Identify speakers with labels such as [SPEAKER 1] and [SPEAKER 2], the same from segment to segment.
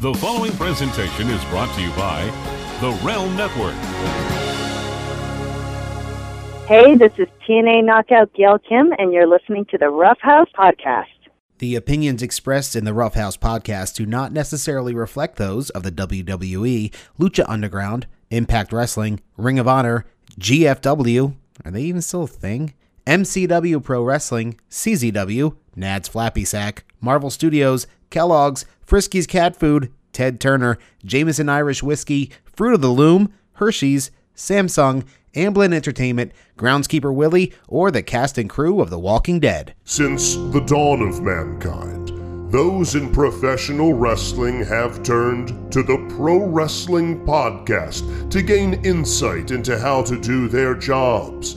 [SPEAKER 1] The following presentation is brought to you by the Realm Network.
[SPEAKER 2] Hey, this is TNA Knockout Gail Kim, and you're listening to the Rough House Podcast.
[SPEAKER 3] The opinions expressed in the Roughhouse podcast do not necessarily reflect those of the WWE, Lucha Underground, Impact Wrestling, Ring of Honor, GFW, are they even still a thing? MCW Pro Wrestling, CZW, Nad's Flappy Sack, Marvel Studios, Kellogg's, Frisky's Cat Food, Ted Turner, Jameson Irish Whiskey, Fruit of the Loom, Hershey's, Samsung, Amblin Entertainment, Groundskeeper Willie, or the cast and crew of The Walking Dead.
[SPEAKER 4] Since the dawn of mankind, those in professional wrestling have turned to the Pro Wrestling Podcast to gain insight into how to do their jobs,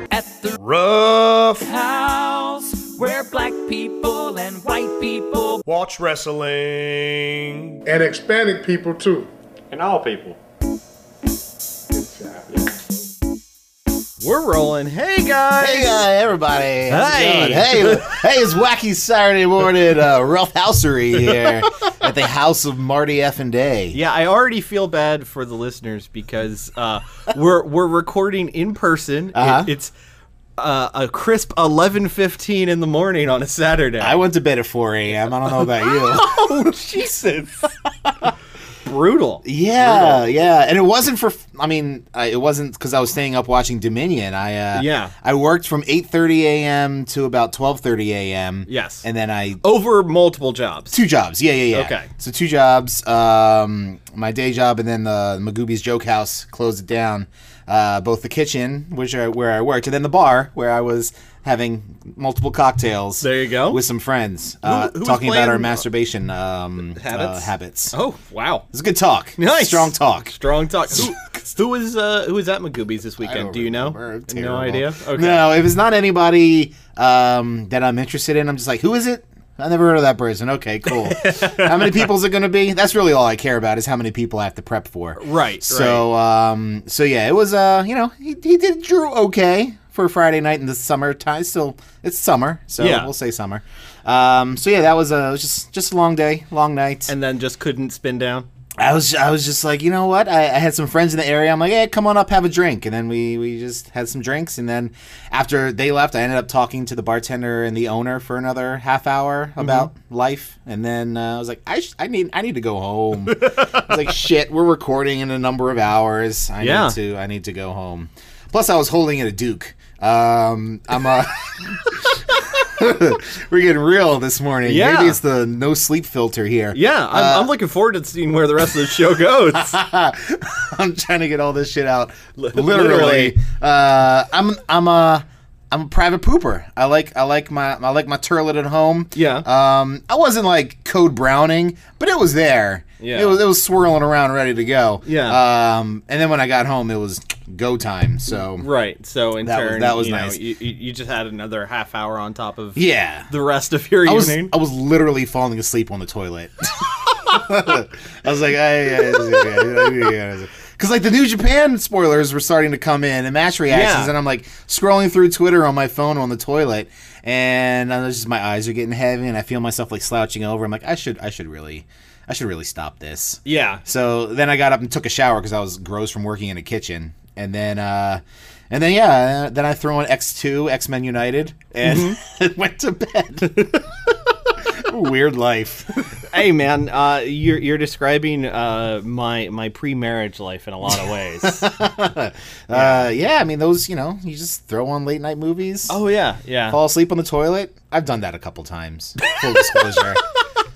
[SPEAKER 5] At the Rough House, where black people and white people
[SPEAKER 6] watch wrestling.
[SPEAKER 7] And Hispanic people too.
[SPEAKER 8] And all people.
[SPEAKER 6] We're rolling. Hey guys.
[SPEAKER 3] Hey, uh, everybody.
[SPEAKER 6] Hey.
[SPEAKER 3] Hey, hey, it's Wacky Saturday morning uh, Rough Housery here at the house of Marty F. and Day.
[SPEAKER 6] Yeah, I already feel bad for the listeners because uh, we're we're recording in person. It-
[SPEAKER 3] Uh-huh.
[SPEAKER 6] it's uh, a crisp eleven fifteen in the morning on a Saturday.
[SPEAKER 3] I went to bed at 4 a.m. I don't know about you.
[SPEAKER 6] oh Jesus! Brutal.
[SPEAKER 3] yeah, yeah. And it wasn't for, I mean, I, it wasn't because I was staying up watching Dominion. I uh,
[SPEAKER 6] Yeah.
[SPEAKER 3] I worked from 8.30 a.m. to about 12.30 a.m.
[SPEAKER 6] Yes.
[SPEAKER 3] And then I
[SPEAKER 6] Over multiple jobs.
[SPEAKER 3] two jobs. Yeah, yeah, yeah.
[SPEAKER 6] Okay.
[SPEAKER 3] So two jobs. Um, my day job and then the Magoobies Joke House closed it down. Uh, both the kitchen, which I, where I worked, and then the bar where I was having multiple cocktails.
[SPEAKER 6] There you go.
[SPEAKER 3] With some friends, uh,
[SPEAKER 6] who was
[SPEAKER 3] talking about our
[SPEAKER 6] playing, uh,
[SPEAKER 3] masturbation um,
[SPEAKER 6] habits?
[SPEAKER 3] Uh, habits.
[SPEAKER 6] Oh wow.
[SPEAKER 3] It was a good talk.
[SPEAKER 6] Nice.
[SPEAKER 3] Strong talk.
[SPEAKER 6] Strong talk. Who, who was uh, who was at Magoobies this weekend?
[SPEAKER 3] don't
[SPEAKER 6] Do you know?
[SPEAKER 3] remember. I'm
[SPEAKER 6] No
[SPEAKER 3] terrible.
[SPEAKER 6] idea. Okay.
[SPEAKER 3] No, if it's not anybody um, that I'm interested in, I'm just like, who is it? I never heard of that person. Okay, cool. how many people is it going to be? That's really all I care about is how many people I have to prep for.
[SPEAKER 6] Right,
[SPEAKER 3] So, um, so yeah, it was. Uh, you know, he, he did drew okay for Friday night in the summertime. Still, it's summer, so
[SPEAKER 6] Yeah.
[SPEAKER 3] we'll say summer. Um, so yeah, that was a it was just just a long day, long night.
[SPEAKER 6] And then just couldn't spin down.
[SPEAKER 3] I was I was just like, you know what? I, I had some friends in the area. I'm like, hey, come on up, have a drink, and then we we just had some drinks, and then after they left, I ended up talking to the bartender and the owner for another half hour
[SPEAKER 6] Mm-hmm.
[SPEAKER 3] about life, and then uh, I was like, I sh- I need I need to go home. I was like, shit, we're recording in a number of hours. I
[SPEAKER 6] Yeah.
[SPEAKER 3] need to I need to go home. Plus, I was holding it a Duke. Um, I'm uh We're getting real this morning.
[SPEAKER 6] Yeah.
[SPEAKER 3] Maybe it's the no sleep filter here.
[SPEAKER 6] Yeah, I'm,
[SPEAKER 3] Uh,
[SPEAKER 6] I'm looking forward to seeing where the rest of the show goes.
[SPEAKER 3] I'm trying to get all this shit out. Literally,
[SPEAKER 6] literally.
[SPEAKER 3] Uh, I'm I'm a I'm a private pooper. I like I like my I like my turlet at home.
[SPEAKER 6] Yeah.
[SPEAKER 3] Um, I wasn't like code Browning, but it was there.
[SPEAKER 6] Yeah.
[SPEAKER 3] It was it was swirling around, ready to go.
[SPEAKER 6] Yeah.
[SPEAKER 3] Um, and then when I got home, it was go time. So
[SPEAKER 6] Right. So in
[SPEAKER 3] That was-
[SPEAKER 6] turn,
[SPEAKER 3] that was
[SPEAKER 6] you know,
[SPEAKER 3] nice.
[SPEAKER 6] you, you you just had another half hour on top of
[SPEAKER 3] yeah.
[SPEAKER 6] the rest of your
[SPEAKER 3] I was,
[SPEAKER 6] evening.
[SPEAKER 3] I was literally falling asleep on the toilet. I was like, I, because like the New Japan spoilers were starting to come in and match reactions,
[SPEAKER 6] Yeah.
[SPEAKER 3] and I'm like scrolling through Twitter on my phone on the toilet, and I was just my eyes are getting heavy, and I feel myself like slouching over. I'm like, I should, I should really, I should really stop this.
[SPEAKER 6] yeah.
[SPEAKER 3] So then I got up and took a shower because I was gross from working in a kitchen, and then uh, and then yeah, then I threw on X two X Men United and went to bed. Weird life.
[SPEAKER 6] Hey, man, uh, you're you're describing uh, my my pre-marriage life in a lot of ways.
[SPEAKER 3] Uh, yeah, I mean those. You know, you just throw on late night movies.
[SPEAKER 6] oh yeah, yeah.
[SPEAKER 3] fall asleep on the toilet. I've done that a couple times. Full disclosure.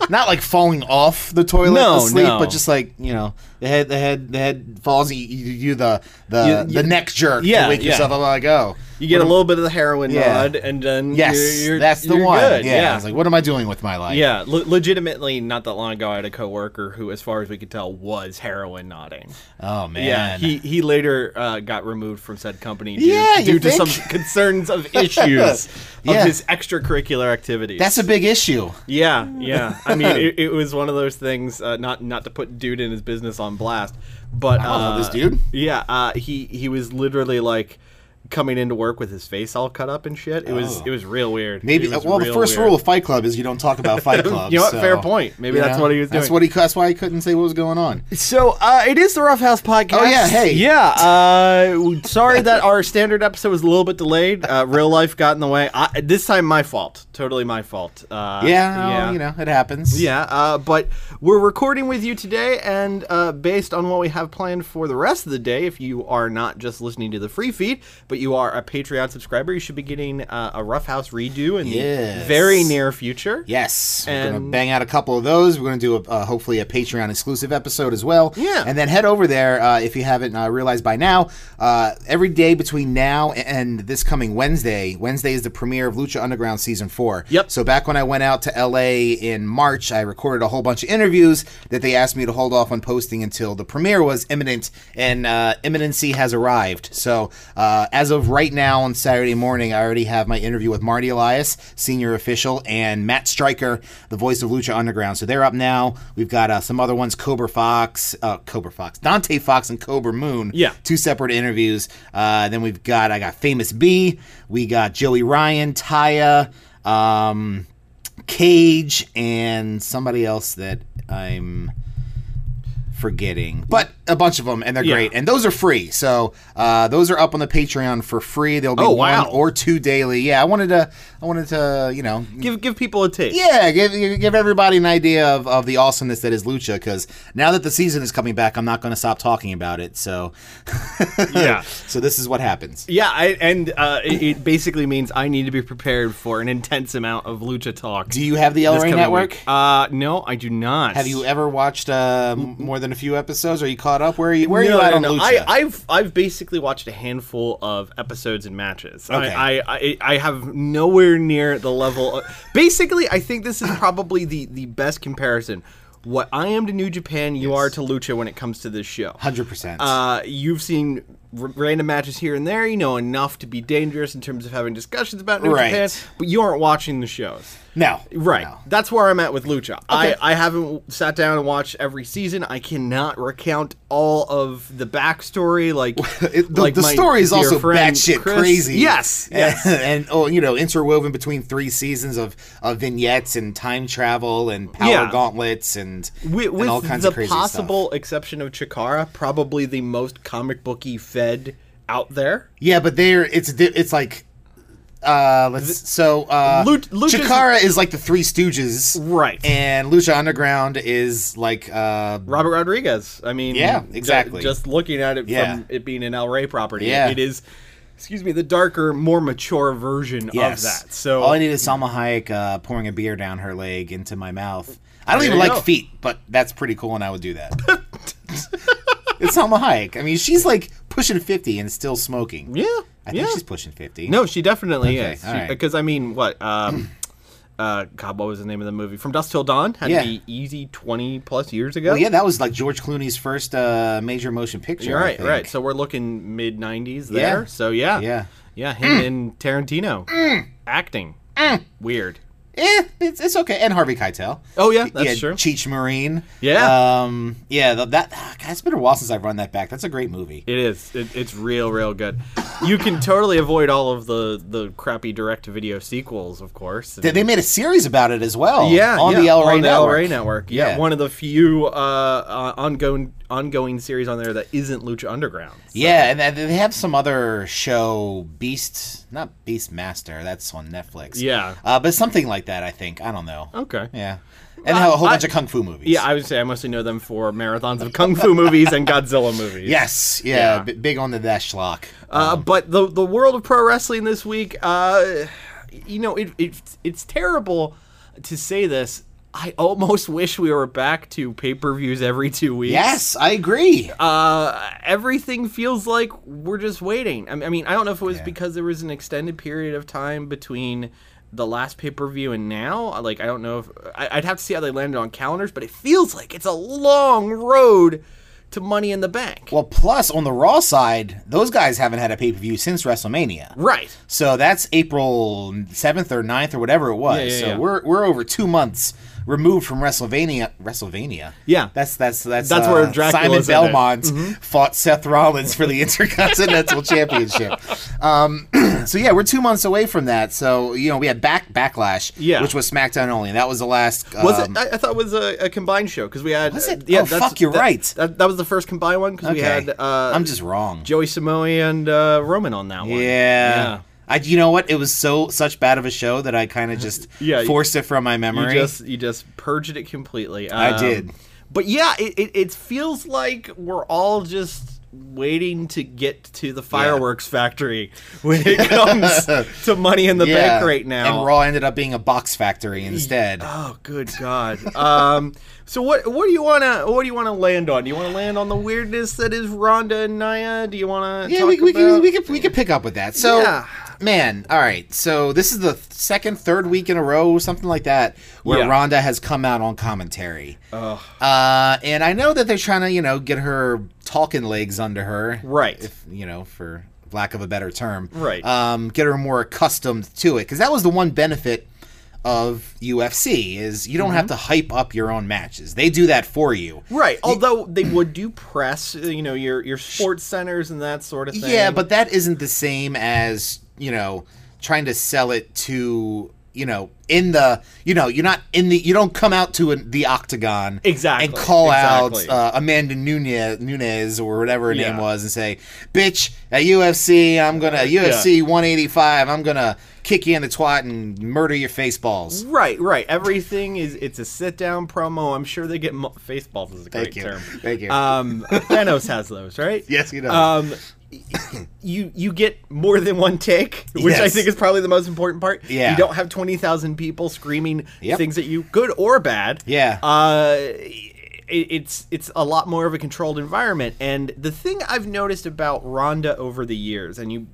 [SPEAKER 3] Not like falling off the toilet
[SPEAKER 6] No,
[SPEAKER 3] to sleep,
[SPEAKER 6] no.
[SPEAKER 3] but just like you know, the head, the head, the head falls. You, you do the the,
[SPEAKER 6] You- you-
[SPEAKER 3] the neck jerk
[SPEAKER 6] Yeah,
[SPEAKER 3] to wake
[SPEAKER 6] yeah.
[SPEAKER 3] yourself up. Like, oh,
[SPEAKER 6] You get a little bit of the heroin
[SPEAKER 3] Yeah.
[SPEAKER 6] nod, and then
[SPEAKER 3] Yes,
[SPEAKER 6] you're, you're,
[SPEAKER 3] that's the
[SPEAKER 6] you're
[SPEAKER 3] one.
[SPEAKER 6] Good.
[SPEAKER 3] yeah.
[SPEAKER 6] Yeah,
[SPEAKER 3] I was like, what am I doing with my life?
[SPEAKER 6] yeah. Le- legitimately, not that long ago, I had a coworker who, as far as we could tell, was heroin nodding.
[SPEAKER 3] Oh man.
[SPEAKER 6] Yeah, he he later uh, got removed from said company due,
[SPEAKER 3] Yeah, you
[SPEAKER 6] due to some
[SPEAKER 3] think?
[SPEAKER 6] concerns of issues of
[SPEAKER 3] Yeah.
[SPEAKER 6] his extracurricular activities.
[SPEAKER 3] that's a big issue.
[SPEAKER 6] yeah, yeah. I mean, it, it was one of those things. Uh, not not to put dude in his business on blast, but
[SPEAKER 3] don't know
[SPEAKER 6] uh,
[SPEAKER 3] this dude.
[SPEAKER 6] Yeah, uh, he he was literally like coming into work with his face all cut up and shit. It was it was real weird.
[SPEAKER 3] Oh. Maybe
[SPEAKER 6] It was
[SPEAKER 3] well, the
[SPEAKER 6] real
[SPEAKER 3] first
[SPEAKER 6] weird.
[SPEAKER 3] rule of Fight Club is you don't talk about Fight Club.
[SPEAKER 6] You know what?
[SPEAKER 3] so,
[SPEAKER 6] Fair point. Maybe
[SPEAKER 3] you
[SPEAKER 6] that's
[SPEAKER 3] know,
[SPEAKER 6] what he was
[SPEAKER 3] That's
[SPEAKER 6] doing.
[SPEAKER 3] what he. That's why he couldn't say what was going on.
[SPEAKER 6] So uh, it is the Rough House podcast.
[SPEAKER 3] Oh, yeah, hey.
[SPEAKER 6] yeah. Uh, w- sorry that our standard episode was a little bit delayed. Uh, real life got in the way. I, this time, my fault. Totally my fault. Uh,
[SPEAKER 3] yeah, well, you know it happens.
[SPEAKER 6] Yeah, uh, but we're recording with you today, and uh, based on what we have planned for the rest of the day, if you are not just listening to the free feed, but you are a Patreon subscriber, you should be getting uh, a Rough House redo in the
[SPEAKER 3] Yes.
[SPEAKER 6] very near future.
[SPEAKER 3] Yes, we're gonna
[SPEAKER 6] And-
[SPEAKER 3] bang out a couple of those. We're gonna do a, uh, hopefully a Patreon exclusive episode as well.
[SPEAKER 6] Yeah.
[SPEAKER 3] and then head over there uh, if you haven't uh, realized by now. Uh, every day between now and this coming Wednesday, Wednesday is the premiere of Lucha Underground season four.
[SPEAKER 6] Yep.
[SPEAKER 3] So back when I went out to L.A. in March, I recorded a whole bunch of interviews that they asked me to hold off on posting until the premiere was imminent, and uh, imminency has arrived. So uh, as of right now on Saturday morning, I already have my interview with Marty Elias, senior official, and Matt Stryker, the voice of Lucha Underground. So they're up now. We've got uh, some other ones: Cobra Fox, uh, Cobra Fox, Dante Fox, and Cobra Moon.
[SPEAKER 6] Yeah.
[SPEAKER 3] two separate interviews. Uh, then we've got I got Famous B, we got Joey Ryan, Taya. Um, Cage and somebody else that I'm forgetting, but a bunch of them, and they're
[SPEAKER 6] Yeah.
[SPEAKER 3] great. And those are free, so uh, those are up on the Patreon for free. There'll be
[SPEAKER 6] Oh,
[SPEAKER 3] one
[SPEAKER 6] wow.
[SPEAKER 3] or two daily. Yeah, I wanted to, I wanted to, you know,
[SPEAKER 6] Give give people a taste.
[SPEAKER 3] yeah, give give everybody an idea of, of the awesomeness that is Lucha. Because now that the season is coming back, I'm not going to stop talking about it. So,
[SPEAKER 6] Yeah.
[SPEAKER 3] so this is what happens.
[SPEAKER 6] Yeah, I, and uh, it, it basically means I need to be prepared for an intense amount of lucha talk.
[SPEAKER 3] Do you have the
[SPEAKER 6] this
[SPEAKER 3] LRA
[SPEAKER 6] coming
[SPEAKER 3] network?
[SPEAKER 6] week. Uh, no, I do not.
[SPEAKER 3] Have you ever watched uh, m- more than a few episodes? Are you caught up? Where are you? Where are
[SPEAKER 6] no,
[SPEAKER 3] you at
[SPEAKER 6] no,
[SPEAKER 3] on
[SPEAKER 6] no.
[SPEAKER 3] Lucha?
[SPEAKER 6] I, I've I've basically watched a handful of episodes and matches.
[SPEAKER 3] Okay.
[SPEAKER 6] I, I, I I have nowhere near the level. Of, basically, I think this is probably the the best comparison. What I am to New Japan, you are to Lucha when it comes to this show.
[SPEAKER 3] Hundred percent.
[SPEAKER 6] Uh, you've seen r- random matches here and there. You know enough to be dangerous in terms of having discussions about New
[SPEAKER 3] Right.
[SPEAKER 6] Japan, but you aren't watching the shows.
[SPEAKER 3] No,
[SPEAKER 6] Right.
[SPEAKER 3] no.
[SPEAKER 6] That's where I'm at with Lucha. I, I haven't sat down and watched every season. I cannot recount all of the backstory. Like,
[SPEAKER 3] It- the,
[SPEAKER 6] like
[SPEAKER 3] the
[SPEAKER 6] my
[SPEAKER 3] story is
[SPEAKER 6] dear
[SPEAKER 3] also
[SPEAKER 6] friend
[SPEAKER 3] batshit
[SPEAKER 6] Chris-
[SPEAKER 3] crazy.
[SPEAKER 6] Yes. Yes.
[SPEAKER 3] and, oh, you know, interwoven between three seasons of, of vignettes and time travel and power
[SPEAKER 6] Yeah.
[SPEAKER 3] gauntlets and,
[SPEAKER 6] With,
[SPEAKER 3] and
[SPEAKER 6] with
[SPEAKER 3] all kinds
[SPEAKER 6] the
[SPEAKER 3] of crazy
[SPEAKER 6] possible
[SPEAKER 3] stuff.
[SPEAKER 6] exception of Chikara, probably the most comic booky fed out there.
[SPEAKER 3] Yeah, but there it's di- it's like. Uh, let's, so uh,
[SPEAKER 6] Lut- Lucha's-
[SPEAKER 3] Chikara is like the Three Stooges,
[SPEAKER 6] Right.
[SPEAKER 3] And Lucha Underground is like uh,
[SPEAKER 6] Robert Rodriguez. I mean,
[SPEAKER 3] Yeah,
[SPEAKER 6] ju-
[SPEAKER 3] exactly.
[SPEAKER 6] just looking at it
[SPEAKER 3] Yeah.
[SPEAKER 6] from it being an El Rey property,
[SPEAKER 3] Yeah.
[SPEAKER 6] it is, excuse me, the darker, more mature version
[SPEAKER 3] yes.
[SPEAKER 6] of that. So
[SPEAKER 3] all I need is Salma Hayek uh, pouring a beer down her leg into my mouth. I don't
[SPEAKER 6] There
[SPEAKER 3] even
[SPEAKER 6] you
[SPEAKER 3] like
[SPEAKER 6] go.
[SPEAKER 3] feet, but that's pretty cool, and I would do that. it's Salma Hayek. I mean, she's like pushing fifty and still smoking.
[SPEAKER 6] yeah,
[SPEAKER 3] I think
[SPEAKER 6] yeah.
[SPEAKER 3] she's pushing fifty.
[SPEAKER 6] No, she definitely
[SPEAKER 3] Okay,
[SPEAKER 6] is.
[SPEAKER 3] all right.
[SPEAKER 6] Because I mean, what? Um, uh, God, what was the name of the movie? From Dust Till Dawn had
[SPEAKER 3] Yeah.
[SPEAKER 6] to be easy twenty plus years ago.
[SPEAKER 3] Well, yeah, that was like George Clooney's first uh, major motion picture.
[SPEAKER 6] You're
[SPEAKER 3] I
[SPEAKER 6] right,
[SPEAKER 3] think.
[SPEAKER 6] right. So we're looking mid '90s
[SPEAKER 3] Yeah.
[SPEAKER 6] there. So yeah,
[SPEAKER 3] Yeah.
[SPEAKER 6] yeah. Him and Tarantino acting weird.
[SPEAKER 3] Eh, it's, it's okay. And Harvey Keitel.
[SPEAKER 6] Oh yeah, that's
[SPEAKER 3] yeah,
[SPEAKER 6] true.
[SPEAKER 3] Cheech Marine.
[SPEAKER 6] Yeah.
[SPEAKER 3] Um. Yeah. th- That. ah, God, it's been a while since I've run that back. That's a great movie.
[SPEAKER 6] It is. It, it's real, real good. You can totally avoid all of the the crappy direct to video sequels, of course.
[SPEAKER 3] They- They made a series about it as well.
[SPEAKER 6] yeah,
[SPEAKER 3] Oh, On
[SPEAKER 6] yeah,
[SPEAKER 3] the LRA
[SPEAKER 6] on the
[SPEAKER 3] network.
[SPEAKER 6] LRA network. Yeah,
[SPEAKER 3] Yeah.
[SPEAKER 6] one of the few uh, uh, ongoing ongoing series on there that isn't Lucha Underground.
[SPEAKER 3] Yeah, and th- they have some other show, Beast, not Beast Master. That's on Netflix.
[SPEAKER 6] Yeah.
[SPEAKER 3] uh, but something like that. I think I don't know.
[SPEAKER 6] Okay. Yeah.
[SPEAKER 3] uh, Yeah, and they have a whole
[SPEAKER 6] I-
[SPEAKER 3] bunch of kung fu movies.
[SPEAKER 6] I would say I mostly know them for marathons of kung fu movies and Godzilla movies.
[SPEAKER 3] yes, yeah,
[SPEAKER 6] Yeah.
[SPEAKER 3] b- big on the that schlock.
[SPEAKER 6] Uh, but the the world of pro wrestling this week, uh, you know, it, it it's terrible to say this. I almost wish we were back to pay per views every two weeks.
[SPEAKER 3] Yes, I agree.
[SPEAKER 6] Uh, everything feels like we're just waiting. I I mean, I don't know if it was
[SPEAKER 3] Yeah.
[SPEAKER 6] because there was an extended period of time between the last pay per view and now. Like, I don't know if I, I'd have to see how they landed on calendars, but it feels like it's a long road to Money in the Bank.
[SPEAKER 3] well, plus on the Raw side, those guys haven't had a pay per view since WrestleMania.
[SPEAKER 6] right.
[SPEAKER 3] So that's April 7th or 9th or whatever it was.
[SPEAKER 6] Yeah, yeah,
[SPEAKER 3] so
[SPEAKER 6] yeah.
[SPEAKER 3] we're we're over 2 months removed from WrestleMania WrestleMania.
[SPEAKER 6] Yeah.
[SPEAKER 3] That's that's that's uh,
[SPEAKER 6] That's where Dracula Mm-hmm.
[SPEAKER 3] Simon
[SPEAKER 6] is in there.
[SPEAKER 3] Belmont fought Seth Rollins for the Intercontinental Championship. Um, so yeah, we're 2 months away from that. So, you know, we had back backlash
[SPEAKER 6] Yeah.
[SPEAKER 3] which was SmackDown only. That was the last
[SPEAKER 6] Was
[SPEAKER 3] um,
[SPEAKER 6] it? I, I thought it was a, a combined show because we had.
[SPEAKER 3] Was it?
[SPEAKER 6] uh, Yeah,
[SPEAKER 3] Oh,
[SPEAKER 6] that's-
[SPEAKER 3] fuck, you're
[SPEAKER 6] that-
[SPEAKER 3] right.
[SPEAKER 6] That, that was the first combined one because we had. Uh,
[SPEAKER 3] I'm just wrong.
[SPEAKER 6] Joey Samoa and uh, Roman on that one.
[SPEAKER 3] Yeah. I, you know what? It was so such bad of a show that I kind of just
[SPEAKER 6] Yeah, you-
[SPEAKER 3] forced it from my
[SPEAKER 6] You
[SPEAKER 3] memory.
[SPEAKER 6] just you just purged it completely.
[SPEAKER 3] I
[SPEAKER 6] Um,
[SPEAKER 3] did.
[SPEAKER 6] But yeah, it, it, it feels like we're all just waiting to get to the fireworks factory when it comes to money in the
[SPEAKER 3] Yeah.
[SPEAKER 6] bank right now.
[SPEAKER 3] And Raw ended up being a box factory instead.
[SPEAKER 6] Oh good God! um, so what what do you wanna what do you wanna land on? Do you wanna land on the weirdness that is Rhonda and Naya? Do you wanna
[SPEAKER 3] yeah,
[SPEAKER 6] talk
[SPEAKER 3] we, we,
[SPEAKER 6] about-
[SPEAKER 3] can, we, can, we can pick up with that. So,
[SPEAKER 6] Yeah.
[SPEAKER 3] man, all right. So, this is the th- second, third week in a row, something like that, where
[SPEAKER 6] Yeah.
[SPEAKER 3] Rhonda has come out on commentary. Uh, and I know that they're trying to, you know, get her talking legs under her.
[SPEAKER 6] Right.
[SPEAKER 3] If, you know, for lack of a better term.
[SPEAKER 6] Right.
[SPEAKER 3] Um, get her more accustomed to it. Because that was the one benefit of UFC is you don't
[SPEAKER 6] Mm-hmm.
[SPEAKER 3] have to hype up your own matches. They do that for you.
[SPEAKER 6] Right. Although they would do press, you know, your your sports centers and that sort of thing.
[SPEAKER 3] Yeah, but that isn't the same as, you know, trying to sell it to, you know, in the, you know, you're not in the, you don't come out to an, the octagon
[SPEAKER 6] Exactly,
[SPEAKER 3] and call
[SPEAKER 6] exactly.
[SPEAKER 3] out uh, Amanda Nunez, Nunez or whatever her name
[SPEAKER 6] Yeah.
[SPEAKER 3] was and say, bitch, at UFC, I'm going to, UFC 185, I'm going to kick you in the twat and murder your face balls.
[SPEAKER 6] Right, right. Everything is it's a sit down promo. I'm sure they get mo- face balls is a great
[SPEAKER 3] Thank you.
[SPEAKER 6] term.
[SPEAKER 3] Thank you.
[SPEAKER 6] Um, Thanos has those, right?
[SPEAKER 3] Yes, he does.
[SPEAKER 6] Um, you you get more than one take, which I
[SPEAKER 3] Yes.
[SPEAKER 6] think is probably the most important part.
[SPEAKER 3] Yeah.
[SPEAKER 6] you don't have twenty thousand people screaming
[SPEAKER 3] Yep.
[SPEAKER 6] things at you, good or bad.
[SPEAKER 3] Yeah.
[SPEAKER 6] uh, it, it's it's a lot more of a controlled environment. And the thing I've noticed about Ronda over the years, and you.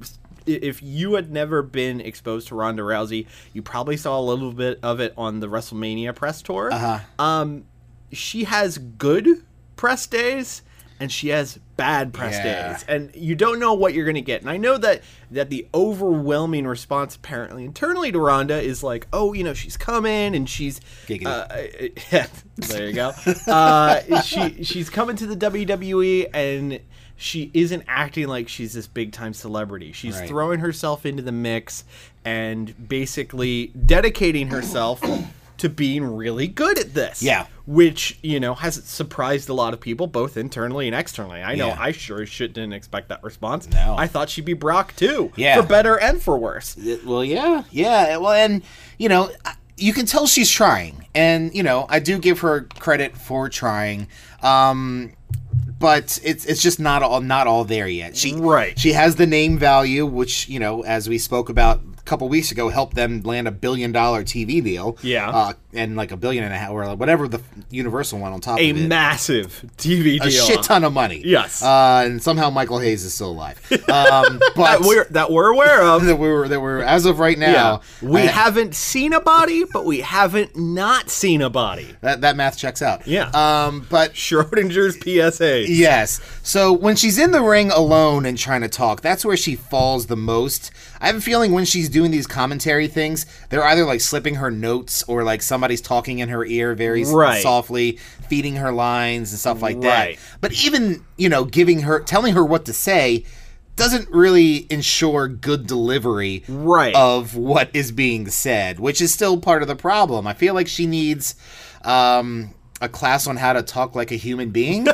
[SPEAKER 6] If you had never been exposed to Ronda Rousey, you probably saw a little bit of it on the WrestleMania press tour. Uh-huh. Um, she has good press days and she has bad press
[SPEAKER 3] Yeah.
[SPEAKER 6] days and you don't know what you're going to get and i know that that the overwhelming response apparently internally to rhonda is like oh you know she's coming and she's
[SPEAKER 3] Giggity.
[SPEAKER 6] uh, there you go uh, she she's coming to the wwe and she isn't acting like she's this big time celebrity she's
[SPEAKER 3] Right.
[SPEAKER 6] throwing herself into the mix and basically dedicating herself to being really good at this
[SPEAKER 3] Yeah.
[SPEAKER 6] which you know has surprised a lot of people both internally and externally i know
[SPEAKER 3] Yeah.
[SPEAKER 6] i sure as shit didn't expect that response
[SPEAKER 3] No.
[SPEAKER 6] i thought she'd be brock too
[SPEAKER 3] Yeah.
[SPEAKER 6] for better and for worse
[SPEAKER 3] It- well, yeah, yeah. Well, and you know, I- you can tell she's trying, and you know, I do give her credit for trying. Um, but it's it's just not all not all there yet. She
[SPEAKER 6] Right.
[SPEAKER 3] She has the name value, which you know, as we spoke about a couple weeks ago, helped them land a billion dollar TV deal.
[SPEAKER 6] Yeah.
[SPEAKER 3] uh, and like a billion and a half, or like whatever the Universal one on top
[SPEAKER 6] a
[SPEAKER 3] of it
[SPEAKER 6] massive tv deal
[SPEAKER 3] a shit ton of money.
[SPEAKER 6] Yes.
[SPEAKER 3] Uh, and somehow Michael Hayes is still alive. Um, but
[SPEAKER 6] that we're that we're aware of
[SPEAKER 3] that we were that we're as of right now.
[SPEAKER 6] we
[SPEAKER 3] I-
[SPEAKER 6] haven't seen a body but we haven't not seen a body
[SPEAKER 3] that, that math checks out.
[SPEAKER 6] Yeah.
[SPEAKER 3] Um, but
[SPEAKER 6] schrodinger's psa
[SPEAKER 3] Yes. So when she's in the ring alone and trying to talk, that's where she falls the most. I have a feeling when she's doing these commentary things, they're either like slipping her notes or like somebody's talking in her ear very s-
[SPEAKER 6] Right.
[SPEAKER 3] softly, feeding her lines and stuff like
[SPEAKER 6] Right.
[SPEAKER 3] that. But even, you know, giving her telling her what to say doesn't really ensure good delivery
[SPEAKER 6] Right.
[SPEAKER 3] of what is being said, which is still part of the problem. I feel like she needs um, a class on how to talk like a human being.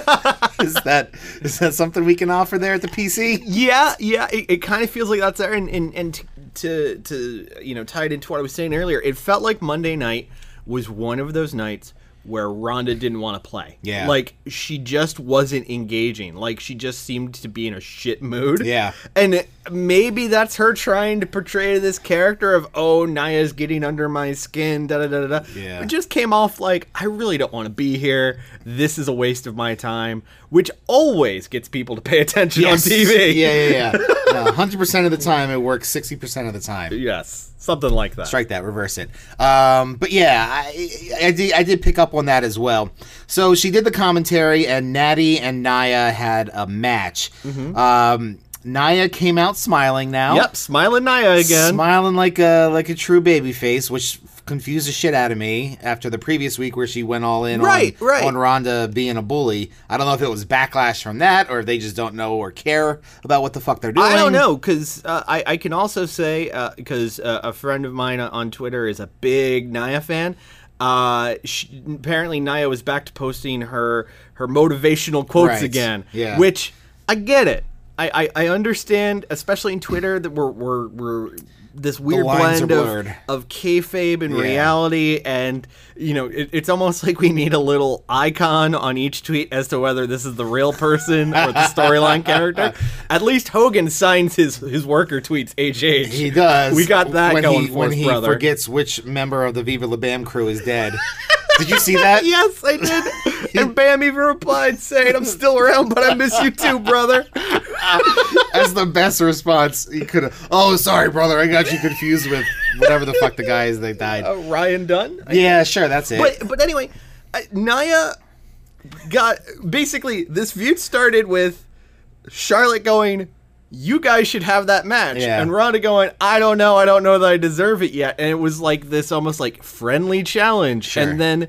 [SPEAKER 3] is that is that something we can offer there at the PC?
[SPEAKER 6] Yeah, yeah, it, it kind of feels like that's there, and and, and t- to to you know tie it into what I was saying earlier, it felt like Monday night was one of those nights where Rhonda didn't want to play.
[SPEAKER 3] Yeah.
[SPEAKER 6] Like she just wasn't engaging. Like she just seemed to be in a shit mood.
[SPEAKER 3] Yeah.
[SPEAKER 6] And it- maybe that's her trying to portray this character of oh Naya's getting under my skin da da da da. da.
[SPEAKER 3] Yeah.
[SPEAKER 6] It just came off like I really don't want to be here. This is a waste of my time, which always gets people to pay attention on TV.
[SPEAKER 3] Yeah, yeah, yeah. Hundred percent of the time, it works. Sixty percent of the time.
[SPEAKER 6] Yes, something like that.
[SPEAKER 3] strike that, reverse it. Um, but yeah, I, I, did, I did pick up on that as well. So she did the commentary, and Natty and Naya had a match. Um, Naya came out smiling now.
[SPEAKER 6] Mm-hmm. Yep, smiling Naya again.
[SPEAKER 3] Smiling like a like a true baby face, which confused the shit out of me after the previous week where she went all in
[SPEAKER 6] Right,
[SPEAKER 3] on,
[SPEAKER 6] right.
[SPEAKER 3] on Rhonda being a bully. I don't know if it was backlash from that or if they just don't know or care about what the fuck they're doing.
[SPEAKER 6] I don't know because uh, I I can also say because uh, a friend of mine on Twitter is a big Naya fan. Uh, she, apparently Naya was back to posting her her motivational quotes
[SPEAKER 3] Right.
[SPEAKER 6] again.
[SPEAKER 3] Yeah.
[SPEAKER 6] which I get it. I, I, I understand, especially in Twitter, that we're we're, we're this weird
[SPEAKER 3] lines are
[SPEAKER 6] blend of
[SPEAKER 3] blurred.
[SPEAKER 6] of kayfabe and
[SPEAKER 3] Yeah.
[SPEAKER 6] reality, and you know it, it's almost like we need a little icon on each tweet as to whether this is the real person or the storyline character. At least Hogan signs his his worker tweets HH.
[SPEAKER 3] He does.
[SPEAKER 6] We got that
[SPEAKER 3] when
[SPEAKER 6] going
[SPEAKER 3] he,
[SPEAKER 6] for
[SPEAKER 3] when
[SPEAKER 6] us,
[SPEAKER 3] he
[SPEAKER 6] brother.
[SPEAKER 3] forgets which member of the Viva La Bam crew is dead. Did you see that?
[SPEAKER 6] Yes, I did. and Bam even replied saying, "I'm still around, but I miss you too, brother."
[SPEAKER 3] That's the best response he could have. Oh, sorry, brother. I got you confused with whatever the fuck the guy is that died.
[SPEAKER 6] Uh, Ryan Dunn. I
[SPEAKER 3] Yeah, sure. That's it.
[SPEAKER 6] but but anyway, I, Naya got basically this feud started with Charlotte going, "You guys should have that match,"
[SPEAKER 3] Yeah.
[SPEAKER 6] and Ronda going, "I don't know, I don't know that I deserve it yet," and it was like this almost like friendly challenge, and then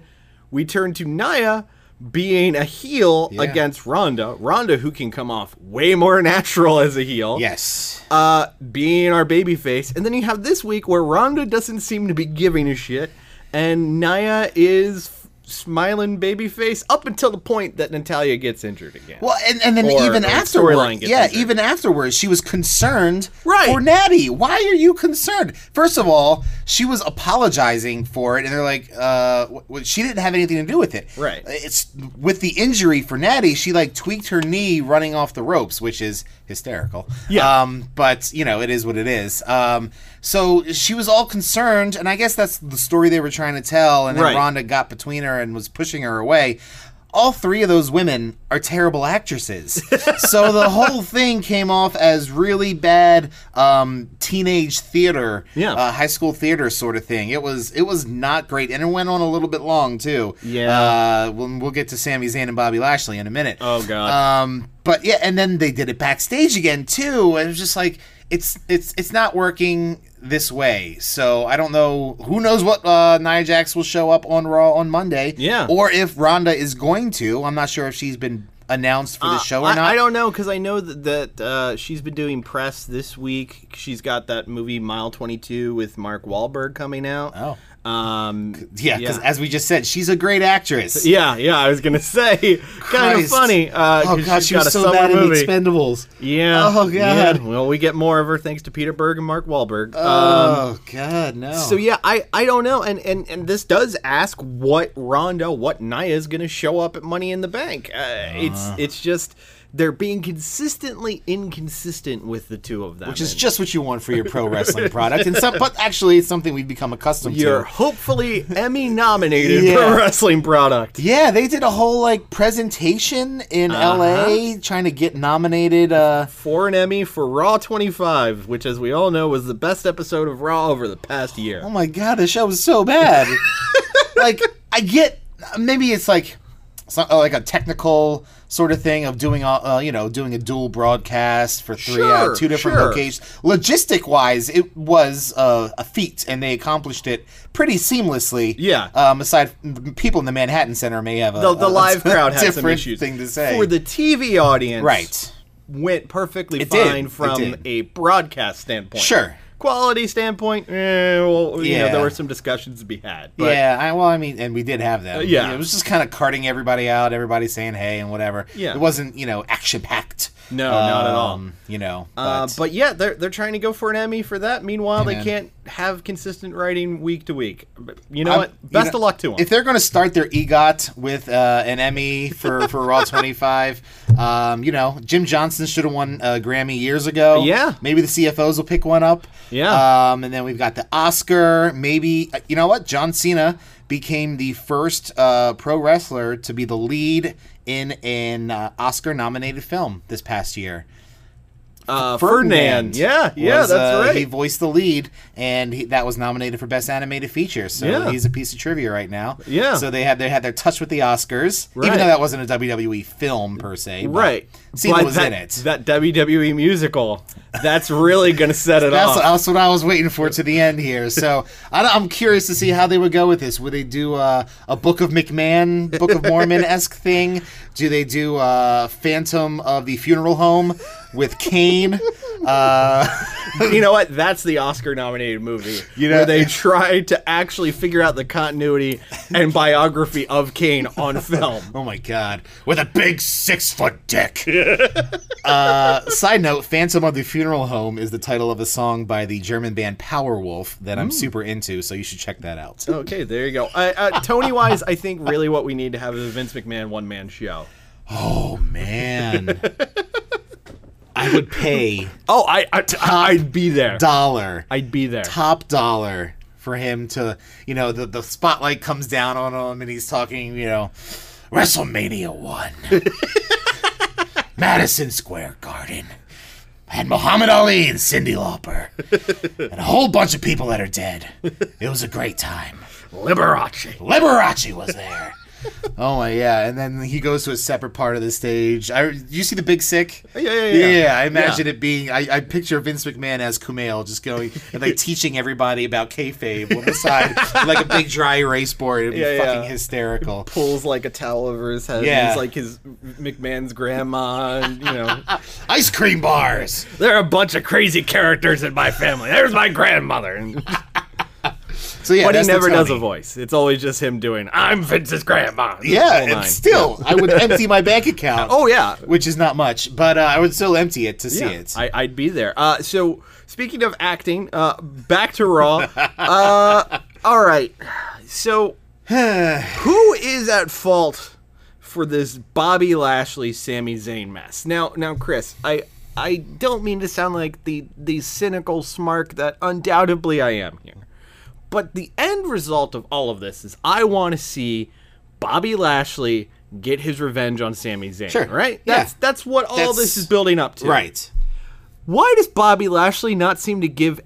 [SPEAKER 6] we turn to Naya. Being a heel
[SPEAKER 3] Yeah.
[SPEAKER 6] against Ronda, Ronda who can come off way more natural as a heel,
[SPEAKER 3] yes.
[SPEAKER 6] uh, being our baby face. And then you have this week where Rhonda doesn't seem to be giving a shit, and Naya is f- smiling baby face up until the point that Natalia gets injured again.
[SPEAKER 3] Well, and, and then
[SPEAKER 6] Or-
[SPEAKER 3] even
[SPEAKER 6] or
[SPEAKER 3] afterward,
[SPEAKER 6] storyline gets
[SPEAKER 3] yeah,
[SPEAKER 6] injured.
[SPEAKER 3] even afterwards, she was concerned
[SPEAKER 6] Right.
[SPEAKER 3] for Natty. Why are you concerned? First of all, she was apologizing for it, and they're like, uh, w- w- she didn't have anything to do with it.
[SPEAKER 6] Right.
[SPEAKER 3] It's with the injury for Natty, she like tweaked her knee running off the ropes, which is hysterical.
[SPEAKER 6] Yeah.
[SPEAKER 3] Um, but you know, it is what it is. Um, so she was all concerned, and I guess that's the story they were trying to tell. And then
[SPEAKER 6] Right.
[SPEAKER 3] Rhonda got between her and was pushing her away. All three of those women are terrible actresses. so the whole thing came off as really bad um, teenage theater,
[SPEAKER 6] Yeah.
[SPEAKER 3] uh, high school theater sort of thing. It was it was not great, and it went on a little bit long too.
[SPEAKER 6] Yeah.
[SPEAKER 3] uh, we'll, we'll get to Sami Zayn and Bobby Lashley in a minute.
[SPEAKER 6] Oh, God.
[SPEAKER 3] Um, but yeah, and then they did it backstage again too, and it was just like it's it's it's not working this way. So I don't know who knows what uh, Nia Jax will show up on Raw on Monday.
[SPEAKER 6] Yeah.
[SPEAKER 3] or if Ronda is going to. I'm not sure if she's been announced for the show or
[SPEAKER 6] Uh, I,
[SPEAKER 3] not.
[SPEAKER 6] I don't know because I know that, that uh, she's been doing press this week. She's got that movie Mile 22 with Mark Wahlberg coming out.
[SPEAKER 3] Oh.
[SPEAKER 6] Um,
[SPEAKER 3] Yeah, because as we just said, she's a great actress.
[SPEAKER 6] yeah, yeah, I was gonna say, kind of
[SPEAKER 3] Christ.
[SPEAKER 6] funny. Uh,
[SPEAKER 3] oh
[SPEAKER 6] 'cause
[SPEAKER 3] god,
[SPEAKER 6] she's
[SPEAKER 3] she
[SPEAKER 6] got
[SPEAKER 3] was
[SPEAKER 6] a
[SPEAKER 3] so
[SPEAKER 6] summer
[SPEAKER 3] bad
[SPEAKER 6] movie.
[SPEAKER 3] in the Expendables.
[SPEAKER 6] Yeah.
[SPEAKER 3] Oh,
[SPEAKER 6] yeah.
[SPEAKER 3] God.
[SPEAKER 6] Well, we get more of her thanks to Peter Berg and Mark Wahlberg. um,
[SPEAKER 3] oh god, no.
[SPEAKER 6] so yeah, I, I don't know, and, and and this does ask what Ronda, what Nia is going to show up at Money in the Bank. Uh,
[SPEAKER 3] Uh-huh.
[SPEAKER 6] It's it's just they're being consistently inconsistent with the two of them,
[SPEAKER 3] which is
[SPEAKER 6] and
[SPEAKER 3] just what you want for your pro wrestling product, and some, but actually, it's something we've become accustomed
[SPEAKER 6] your
[SPEAKER 3] to.
[SPEAKER 6] hopefully Emmy nominated
[SPEAKER 3] Yeah.
[SPEAKER 6] pro wrestling product.
[SPEAKER 3] Yeah, they did a whole like presentation in
[SPEAKER 6] Uh-huh.
[SPEAKER 3] LA trying to get nominated. Uh,
[SPEAKER 6] For an Emmy for Raw 25, which, as we all know, was the best episode of Raw over the past year.
[SPEAKER 3] oh my god, the show was so bad. like I get maybe it's like it's not- like a technical sort of thing of doing a uh, you know doing a dual broadcast for three
[SPEAKER 6] Sure,
[SPEAKER 3] uh, two different
[SPEAKER 6] sure.
[SPEAKER 3] locations. Logistic wise, it was uh, a feat, and they accomplished it pretty seamlessly.
[SPEAKER 6] Yeah.
[SPEAKER 3] Um, aside, people in the Manhattan Center may have a
[SPEAKER 6] the, the
[SPEAKER 3] a-
[SPEAKER 6] live
[SPEAKER 3] a
[SPEAKER 6] crowd had some
[SPEAKER 3] different
[SPEAKER 6] issues.
[SPEAKER 3] thing to say
[SPEAKER 6] For the TV audience,
[SPEAKER 3] right.
[SPEAKER 6] went perfectly
[SPEAKER 3] It did.
[SPEAKER 6] fine
[SPEAKER 3] It
[SPEAKER 6] from
[SPEAKER 3] did.
[SPEAKER 6] a broadcast standpoint.
[SPEAKER 3] Sure.
[SPEAKER 6] Quality standpoint, eh, well, you know,
[SPEAKER 3] Yeah.
[SPEAKER 6] there were some discussions to be had. But Uh,
[SPEAKER 3] yeah, I, well, I mean, and we did have that.
[SPEAKER 6] yeah.
[SPEAKER 3] it was just kind of carting everybody out, everybody saying hey and whatever.
[SPEAKER 6] Yeah.
[SPEAKER 3] it wasn't you know action packed
[SPEAKER 6] No, not at all.
[SPEAKER 3] Um, You know, but,
[SPEAKER 6] Uh, but yeah, they're they're trying to go for an Emmy for that. Meanwhile, they
[SPEAKER 3] man.
[SPEAKER 6] can't have consistent writing week to week. But you know
[SPEAKER 3] I'm-
[SPEAKER 6] what? Best
[SPEAKER 3] you know,
[SPEAKER 6] of luck to them.
[SPEAKER 3] If they're going to start their EGOT with uh, an Emmy for, for Raw 25, um, you know, Jim Johnson should have won a Grammy years ago.
[SPEAKER 6] Yeah.
[SPEAKER 3] Maybe the CFOs will pick one up.
[SPEAKER 6] Yeah.
[SPEAKER 3] Um, and then we've got the Oscar. Maybe, uh, you know what? John Cena became the first uh, pro wrestler to be the lead in an uh, Oscar nominated film this past year.
[SPEAKER 6] uh, Ferdinand. Yeah, yeah,
[SPEAKER 3] was,
[SPEAKER 6] that's
[SPEAKER 3] uh,
[SPEAKER 6] right.
[SPEAKER 3] He voiced the lead, and he, that was nominated for Best Animated Feature. So
[SPEAKER 6] Yeah.
[SPEAKER 3] he's a piece of trivia right now.
[SPEAKER 6] Yeah.
[SPEAKER 3] So they had they had their touch with the Oscars,
[SPEAKER 6] Right.
[SPEAKER 3] even though that wasn't a WWE film per se. but
[SPEAKER 6] right.
[SPEAKER 3] Cena
[SPEAKER 6] But
[SPEAKER 3] was
[SPEAKER 6] that,
[SPEAKER 3] in it.
[SPEAKER 6] That WWE musical. That's really gonna set it
[SPEAKER 3] that's,
[SPEAKER 6] off.
[SPEAKER 3] that's what I was waiting for to the end here. So I, don't- I'm curious to see how they would go with this. Would they do uh, a Book of McMahon, Book of Mormon esque thing? Do they do uh, Phantom of the Funeral Home with Kane? Uh,
[SPEAKER 6] you know what? That's the Oscar-nominated movie
[SPEAKER 3] You know-
[SPEAKER 6] where they try to actually figure out the continuity and biography of Kane on film.
[SPEAKER 3] Oh my god, with a big six foot dick. uh, side note: "Phantom of the Funeral Home" is the title of a song by the German band Powerwolf that I'm super into, so you should check that out.
[SPEAKER 6] Okay, there you go. Uh, uh, Tony wise, I think really what we need to have is a Vince McMahon one man show.
[SPEAKER 3] Oh man, I would pay
[SPEAKER 6] Oh, I, I I'd be there.
[SPEAKER 3] dollar,
[SPEAKER 6] I'd be there.
[SPEAKER 3] top dollar for him to, you know, the the spotlight comes down on him and he's talking, you know, WrestleMania one, Madison Square Garden. and Muhammad Ali and Cindy Lauper and a whole bunch of people that are dead. It was a great time.
[SPEAKER 6] Liberace.
[SPEAKER 3] Liberace was there. oh my yeah, and then he goes to a separate part of the stage. I you see the big sick?
[SPEAKER 6] yeah, yeah.
[SPEAKER 3] I imagine it being. I, I picture Vince McMahon as Kumail, just going and like teaching everybody about kayfabe on the side, like a big dry erase board. It'd be
[SPEAKER 6] Yeah, yeah.
[SPEAKER 3] fucking hysterical.
[SPEAKER 6] Pulls like a towel over his head.
[SPEAKER 3] Yeah.
[SPEAKER 6] He's like his McMahon's grandma. And, you know,
[SPEAKER 3] Ice cream bars.
[SPEAKER 6] there are a bunch of crazy characters in my family. There's my grandmother. And-
[SPEAKER 3] So yeah,
[SPEAKER 6] but he
[SPEAKER 3] that's the
[SPEAKER 6] never does a
[SPEAKER 3] Tony.
[SPEAKER 6] voice. It's always just him doing, I'm Vince's grandma. The whole
[SPEAKER 3] Yeah,
[SPEAKER 6] nine.
[SPEAKER 3] and still, I would empty my bank account.
[SPEAKER 6] Oh, yeah.
[SPEAKER 3] which is not much, but uh, I would still empty it to see
[SPEAKER 6] Yeah,
[SPEAKER 3] it.
[SPEAKER 6] I, I'd be there. Uh, so speaking of acting, uh, back to Raw. uh, all right. So who is at fault for this Bobby Lashley, Sami Zayn mess? Now, now, Chris, I. I don't mean to sound like the, the cynical smark that undoubtedly I am here. But the end result of all of this is I want to see Bobby Lashley get his revenge on Sami Zayn,
[SPEAKER 3] Sure.
[SPEAKER 6] right?
[SPEAKER 3] Yeah.
[SPEAKER 6] That's that's what all
[SPEAKER 3] That's-
[SPEAKER 6] this is building up to.
[SPEAKER 3] right.
[SPEAKER 6] Why does Bobby Lashley not seem to give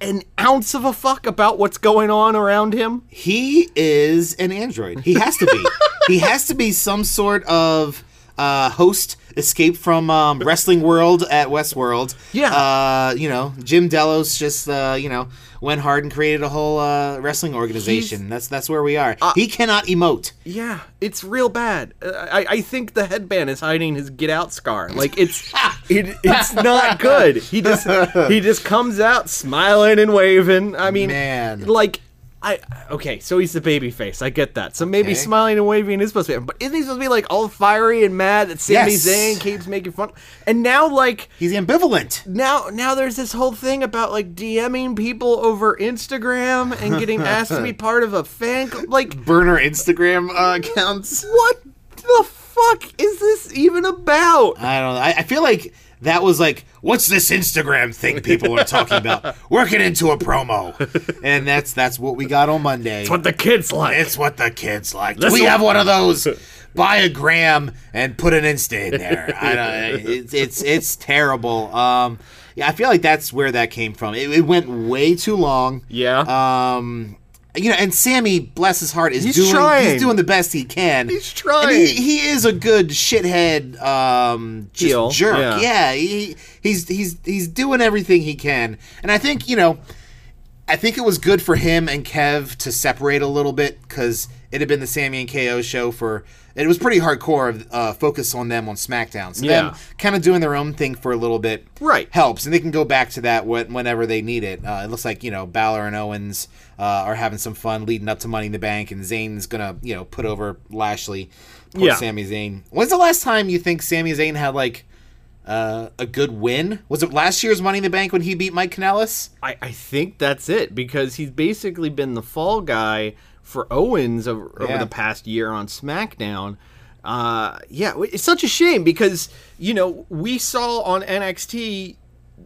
[SPEAKER 6] an ounce of a fuck about what's going on around him?
[SPEAKER 3] He is an android. He has to be. he has to be some sort of uh, host escape from um, wrestling world at Westworld.
[SPEAKER 6] Yeah.
[SPEAKER 3] Uh, you know, Jim Delos just uh, you know went hard and created a whole uh, wrestling organization. that's that's where we are. he cannot emote.
[SPEAKER 6] Yeah, it's real bad. Uh, I, I think the headband is hiding his get out scar. Like it's it, it's not good. He just he just comes out smiling and waving. I mean,
[SPEAKER 3] Man.
[SPEAKER 6] like I okay, so he's the baby face. I get that. So maybe
[SPEAKER 3] Okay.
[SPEAKER 6] smiling and waving is supposed to be, but isn't he supposed to be like all fiery and mad that Sami
[SPEAKER 3] Yes.
[SPEAKER 6] Zayn keeps making fun? And now like
[SPEAKER 3] He's ambivalent.
[SPEAKER 6] now now there's this whole thing about like DMing people over Instagram and getting asked to be part of a fan club. Like
[SPEAKER 3] Burner Instagram uh, accounts.
[SPEAKER 6] what the fuck is this even about?
[SPEAKER 3] I don't know. I, I feel like that was like, what's this Instagram thing people are talking about? Work it into a promo, and that's that's what we got on Monday. It's what,
[SPEAKER 6] the kids like.
[SPEAKER 3] the kids like. we have one of those. Buy a gram and put an Insta in there. I don't, it's it's it's terrible. Um, yeah, I feel like that's where that came from. It, it went way too long.
[SPEAKER 6] Yeah.
[SPEAKER 3] Um, you know, and Sammy, bless his heart, is
[SPEAKER 6] He's
[SPEAKER 3] doing
[SPEAKER 6] trying.
[SPEAKER 3] he's doing the best he can.
[SPEAKER 6] He's trying.
[SPEAKER 3] And he, he is a good shithead, um, just
[SPEAKER 6] Heel,
[SPEAKER 3] jerk.
[SPEAKER 6] yeah.
[SPEAKER 3] Yeah, he, he's he's he's doing everything he can, and I think you know, I think it was good for him and Kev to separate a little bit because it had been the Sammy and KO show for. It was pretty hardcore uh, focus on them on SmackDown. So
[SPEAKER 6] Yeah.
[SPEAKER 3] them kind of doing their own thing for a little bit
[SPEAKER 6] Right.
[SPEAKER 3] helps, and they can go back to that when- whenever they need it. Uh, it looks like you know Balor and Owens uh, are having some fun leading up to Money in the Bank, and Zayn's gonna you know put over Lashley, poor
[SPEAKER 6] Yeah.
[SPEAKER 3] Sami Zayn. When's the last time you think Sami Zayn had like uh, a good win. Was it last year's Money in the Bank when he beat Mike Kanellis?
[SPEAKER 6] I, I think that's it because he's basically been the fall guy for Owens over, over
[SPEAKER 3] Yeah.
[SPEAKER 6] the past year on SmackDown. Uh, yeah, w- it's such a shame because you know we saw on NXT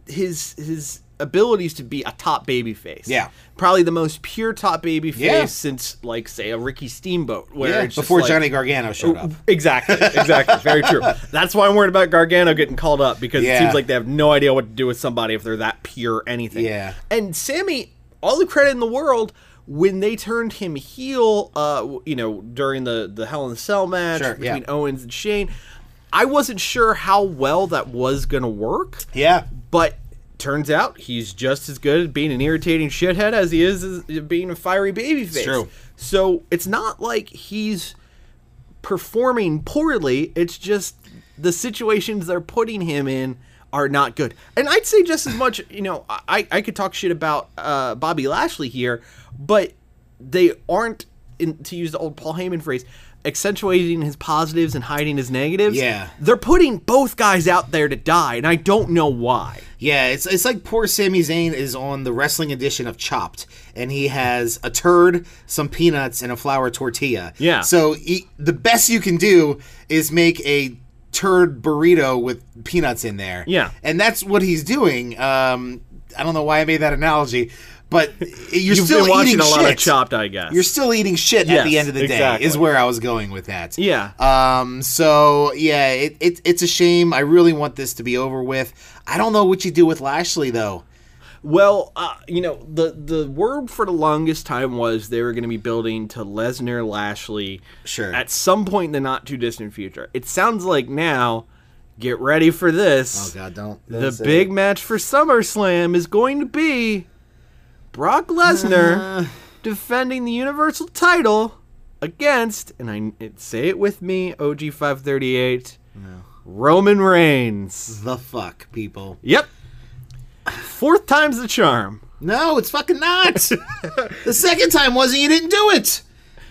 [SPEAKER 6] his his abilities to be a top babyface.
[SPEAKER 3] Yeah.
[SPEAKER 6] probably the most pure top babyface
[SPEAKER 3] Yeah.
[SPEAKER 6] since like say a Ricky Steamboat, where
[SPEAKER 3] Yeah,
[SPEAKER 6] it's just
[SPEAKER 3] before
[SPEAKER 6] like-
[SPEAKER 3] Johnny Gargano showed up.
[SPEAKER 6] Exactly, exactly. Very true. That's why I'm worried about Gargano getting called up because it
[SPEAKER 3] Yeah.
[SPEAKER 6] seems like they have no idea what to do with somebody if they're that pure anything.
[SPEAKER 3] Yeah.
[SPEAKER 6] And Sammy, all the credit in the world, when they turned him heel, uh, w- you know, during the the Hell in a Cell match
[SPEAKER 3] Sure, yeah.
[SPEAKER 6] between Owens and Shane, I wasn't sure how well that was gonna work.
[SPEAKER 3] Yeah,
[SPEAKER 6] But turns out he's just as good at being an irritating shithead as he is as being a fiery babyface.
[SPEAKER 3] true.
[SPEAKER 6] So it's not like he's performing poorly. It's just the situations they're putting him in are not good. And I'd say just as much, you know, I, I could talk shit about uh, Bobby Lashley here, but they aren't, in, to use the old Paul Heyman phrase, accentuating his positives and hiding his negatives.
[SPEAKER 3] Yeah.
[SPEAKER 6] They're putting both guys out there to die, and I don't know why.
[SPEAKER 3] Yeah, it's it's like poor Sami Zayn is on the wrestling edition of Chopped, and he has a turd, some peanuts, and a flour tortilla.
[SPEAKER 6] Yeah.
[SPEAKER 3] So he, the best you can do is make a turd burrito with peanuts in there.
[SPEAKER 6] Yeah.
[SPEAKER 3] And that's what he's doing. Um, I don't know why I made that analogy, but you're
[SPEAKER 6] You've
[SPEAKER 3] still
[SPEAKER 6] been watching
[SPEAKER 3] eating
[SPEAKER 6] a lot
[SPEAKER 3] shit.
[SPEAKER 6] of Chopped, I guess.
[SPEAKER 3] You're still eating shit at the
[SPEAKER 6] Yes,
[SPEAKER 3] end of the
[SPEAKER 6] exactly.
[SPEAKER 3] day is where I was going with that.
[SPEAKER 6] Yeah.
[SPEAKER 3] Um. So yeah, it, it it's a shame. I really want this to be over with. I don't know what you do with Lashley though.
[SPEAKER 6] Well, uh, you know, the the word for the longest time was they were going to be building to Lesnar Lashley
[SPEAKER 3] Sure.
[SPEAKER 6] at some point in the not too distant future. It sounds like now, get ready for this.
[SPEAKER 3] Oh God, don't.
[SPEAKER 6] the big match for SummerSlam is going to be Brock
[SPEAKER 3] Uh.
[SPEAKER 6] Lesnar defending the Universal title against, and I it- say it with me, OG538, Roman Reigns.
[SPEAKER 3] the fuck, people.
[SPEAKER 6] Yep. Fourth time's the charm.
[SPEAKER 3] No, it's fucking not. the second time wasn't. You didn't do it.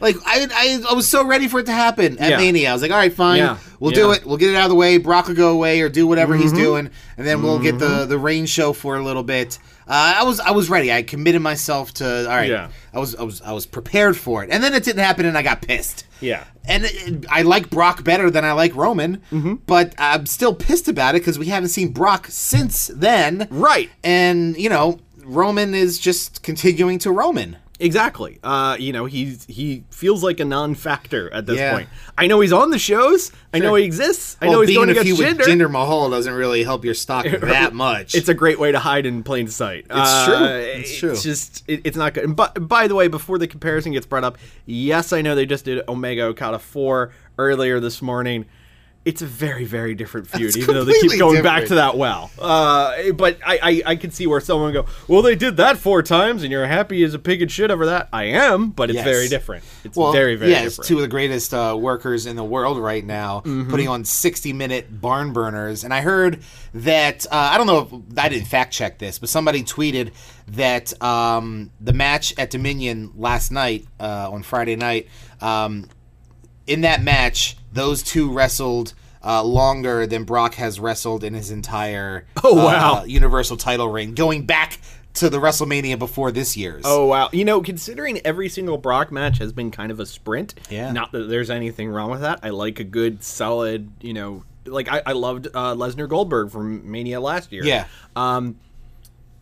[SPEAKER 3] Like I, I, I was so ready for it to happen at
[SPEAKER 6] Yeah.
[SPEAKER 3] Mania. I was like, all right, fine,
[SPEAKER 6] Yeah.
[SPEAKER 3] we'll do
[SPEAKER 6] Yeah. Mm-hmm.
[SPEAKER 3] it. We'll get it out of the way. Brock will go away or do whatever he's doing, and then we'll get the the rain show for a little bit. Uh, I was I was ready. I committed myself to all right.
[SPEAKER 6] Yeah.
[SPEAKER 3] I was I was I was prepared for it, and then it didn't happen, and I got pissed.
[SPEAKER 6] Yeah.
[SPEAKER 3] And it- it- I like Brock better than I like Roman,
[SPEAKER 6] Mm-hmm.
[SPEAKER 3] but I'm still pissed about it because we haven't seen Brock since then.
[SPEAKER 6] Right.
[SPEAKER 3] And, you know, Roman is just continuing to Roman.
[SPEAKER 6] Exactly. Uh, you know, he's he feels like a non-factor at this
[SPEAKER 3] Yeah.
[SPEAKER 6] point. I know he's on the shows. I know he exists. I know he's going
[SPEAKER 3] being a
[SPEAKER 6] against
[SPEAKER 3] feud with
[SPEAKER 6] gender.
[SPEAKER 3] Jinder Mahal doesn't really help your stock that much.
[SPEAKER 6] It's a great way to hide in plain sight. It's
[SPEAKER 3] true. It's true.
[SPEAKER 6] just it, it's not good. And but by the way, before the comparison gets brought up, yes, I know they just did Omega Okada four earlier this morning. It's a very very different feud, even though they keep
[SPEAKER 3] completely
[SPEAKER 6] going back
[SPEAKER 3] different.
[SPEAKER 6] to that well. Uh, but I, I I can see where someone would go, well, they did that four times, and you're happy as a pig and shit over that. I am, but it's
[SPEAKER 3] Yes.
[SPEAKER 6] very different. It's
[SPEAKER 3] well,
[SPEAKER 6] very very
[SPEAKER 3] yeah,
[SPEAKER 6] different. Mm-hmm.
[SPEAKER 3] it's two of the greatest uh, workers in the world right now, putting on sixty-minute barn burners. And I heard that uh, I don't know if I didn't fact check this, but somebody tweeted that um, the match at Dominion last night uh, on Friday night. Um, in that match, those two wrestled. Uh, longer than Brock has wrestled in his entire
[SPEAKER 6] Oh, wow.
[SPEAKER 3] uh, Universal title reign, going back to the WrestleMania before this year's.
[SPEAKER 6] Oh wow! You know, considering every single Brock match has been kind of a sprint.
[SPEAKER 3] Yeah.
[SPEAKER 6] Not that there's anything wrong with that. I like a good, solid. You know, like I, I loved uh, Lesnar Goldberg from Mania last year.
[SPEAKER 3] yeah,
[SPEAKER 6] Um,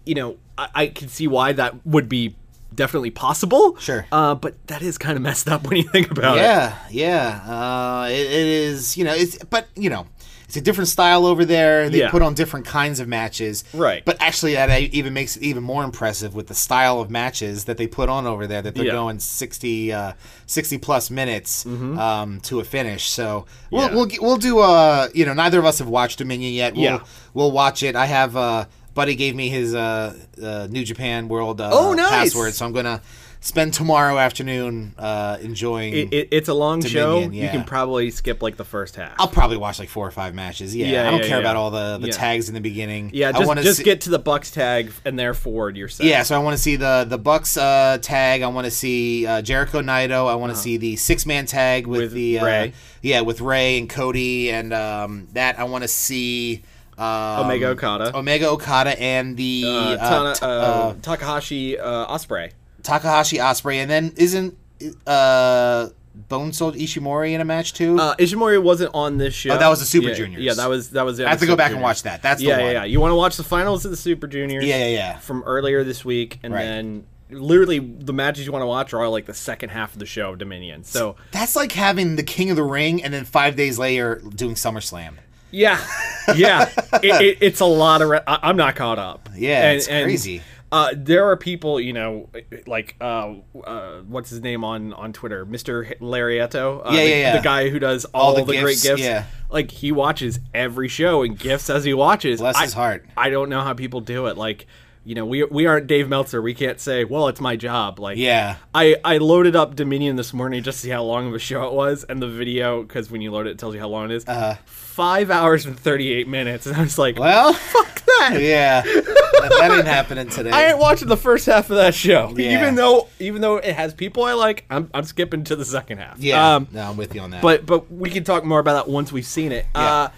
[SPEAKER 6] you know, I, I can see why that would be definitely possible.
[SPEAKER 3] Sure.
[SPEAKER 6] Uh, but that is kind of messed up when you think about it.
[SPEAKER 3] yeah, yeah. Uh, it, it is, you know, it's but you know, it's a different style over there. They
[SPEAKER 6] Yeah.
[SPEAKER 3] put on different kinds of matches,
[SPEAKER 6] Right.
[SPEAKER 3] But actually, that even makes it even more impressive with the style of matches that they put on over there. That they're
[SPEAKER 6] Yeah.
[SPEAKER 3] going 60, uh, 60 plus minutes um, to a finish. So we'll
[SPEAKER 6] Mm-hmm. Yeah.
[SPEAKER 3] we'll g- we'll do. Uh, you know, neither of us have watched Dominion yet. We'll,
[SPEAKER 6] Yeah.
[SPEAKER 3] we'll watch it. I have. Uh, Buddy gave me his uh, uh, New Japan World uh,
[SPEAKER 6] Oh, nice.
[SPEAKER 3] password, so I'm gonna spend tomorrow afternoon uh, enjoying
[SPEAKER 6] It, it, it's a long show.
[SPEAKER 3] Dominion,
[SPEAKER 6] You
[SPEAKER 3] yeah.
[SPEAKER 6] can probably skip like the first half.
[SPEAKER 3] I'll probably watch like four or five matches. Yeah,
[SPEAKER 6] Yeah,
[SPEAKER 3] I don't
[SPEAKER 6] yeah,
[SPEAKER 3] care
[SPEAKER 6] yeah.
[SPEAKER 3] about all the, the
[SPEAKER 6] Yeah.
[SPEAKER 3] tags in the beginning.
[SPEAKER 6] yeah,
[SPEAKER 3] I
[SPEAKER 6] just,
[SPEAKER 3] wanna
[SPEAKER 6] just
[SPEAKER 3] see-
[SPEAKER 6] get to the Bucks tag and there forward yourself.
[SPEAKER 3] Yeah, so I want to see the the Bucks uh, tag. I want to see uh, Jericho Naito. I want to see the six man tag with,
[SPEAKER 6] Uh-huh. With
[SPEAKER 3] the uh,
[SPEAKER 6] Ray.
[SPEAKER 3] Yeah, with Ray and Cody and um, that. I want to see. um,
[SPEAKER 6] Omega Okada.
[SPEAKER 3] Omega Okada, and the
[SPEAKER 6] uh,
[SPEAKER 3] uh,
[SPEAKER 6] Tana,
[SPEAKER 3] t-
[SPEAKER 6] uh,
[SPEAKER 3] uh,
[SPEAKER 6] Takahashi uh, Osprey.
[SPEAKER 3] Takahashi Osprey, and then isn't uh, Bone Sold Ishimori in a match too?
[SPEAKER 6] Uh, Ishimori wasn't on this show.
[SPEAKER 3] Oh, that was the Super
[SPEAKER 6] yeah,
[SPEAKER 3] Juniors.
[SPEAKER 6] Yeah, that was that was.
[SPEAKER 3] I have to go back and watch that. That's the
[SPEAKER 6] yeah, yeah,
[SPEAKER 3] one.
[SPEAKER 6] yeah. You want to watch the finals of the Super Juniors?
[SPEAKER 3] Yeah, yeah, yeah.
[SPEAKER 6] From earlier this week, and
[SPEAKER 3] Right.
[SPEAKER 6] then literally the matches you want to watch are all like the second half of the show of Dominion. So
[SPEAKER 3] That's like having the King of the Ring, and then five days later doing SummerSlam.
[SPEAKER 6] Yeah, yeah. it, it, it's a lot of. Re- I, I'm not caught up.
[SPEAKER 3] Yeah, it's crazy.
[SPEAKER 6] Uh, there are people, you know, like uh, uh, what's his name on on Twitter, Mister Larietto. Uh,
[SPEAKER 3] Yeah,
[SPEAKER 6] the,
[SPEAKER 3] yeah, yeah.
[SPEAKER 6] the guy who does all,
[SPEAKER 3] the
[SPEAKER 6] the, great
[SPEAKER 3] gifts,
[SPEAKER 6] gifts.
[SPEAKER 3] yeah.
[SPEAKER 6] like he watches every show and gifts as he watches.
[SPEAKER 3] Bless
[SPEAKER 6] I-
[SPEAKER 3] his heart.
[SPEAKER 6] I don't know how people do it. Like, you know, we we aren't Dave Meltzer. We can't say, well, it's my job. Like,
[SPEAKER 3] Yeah.
[SPEAKER 6] I, I loaded up Dominion this morning just to see how long of a show it was, and the video because when you load it, it tells you how long it is.
[SPEAKER 3] Uh-huh.
[SPEAKER 6] Five hours and thirty eight minutes, and I was like,
[SPEAKER 3] Well,
[SPEAKER 6] "Fuck that!
[SPEAKER 3] yeah, that, that ain't happening today.
[SPEAKER 6] I ain't watching the first half of that show,
[SPEAKER 3] Yeah.
[SPEAKER 6] even though even though it has people I like. I'm, I'm skipping to the second half.
[SPEAKER 3] yeah,
[SPEAKER 6] Um,
[SPEAKER 3] no, I'm with you on that.
[SPEAKER 6] but but we can talk more about that once we've seen it. Uh,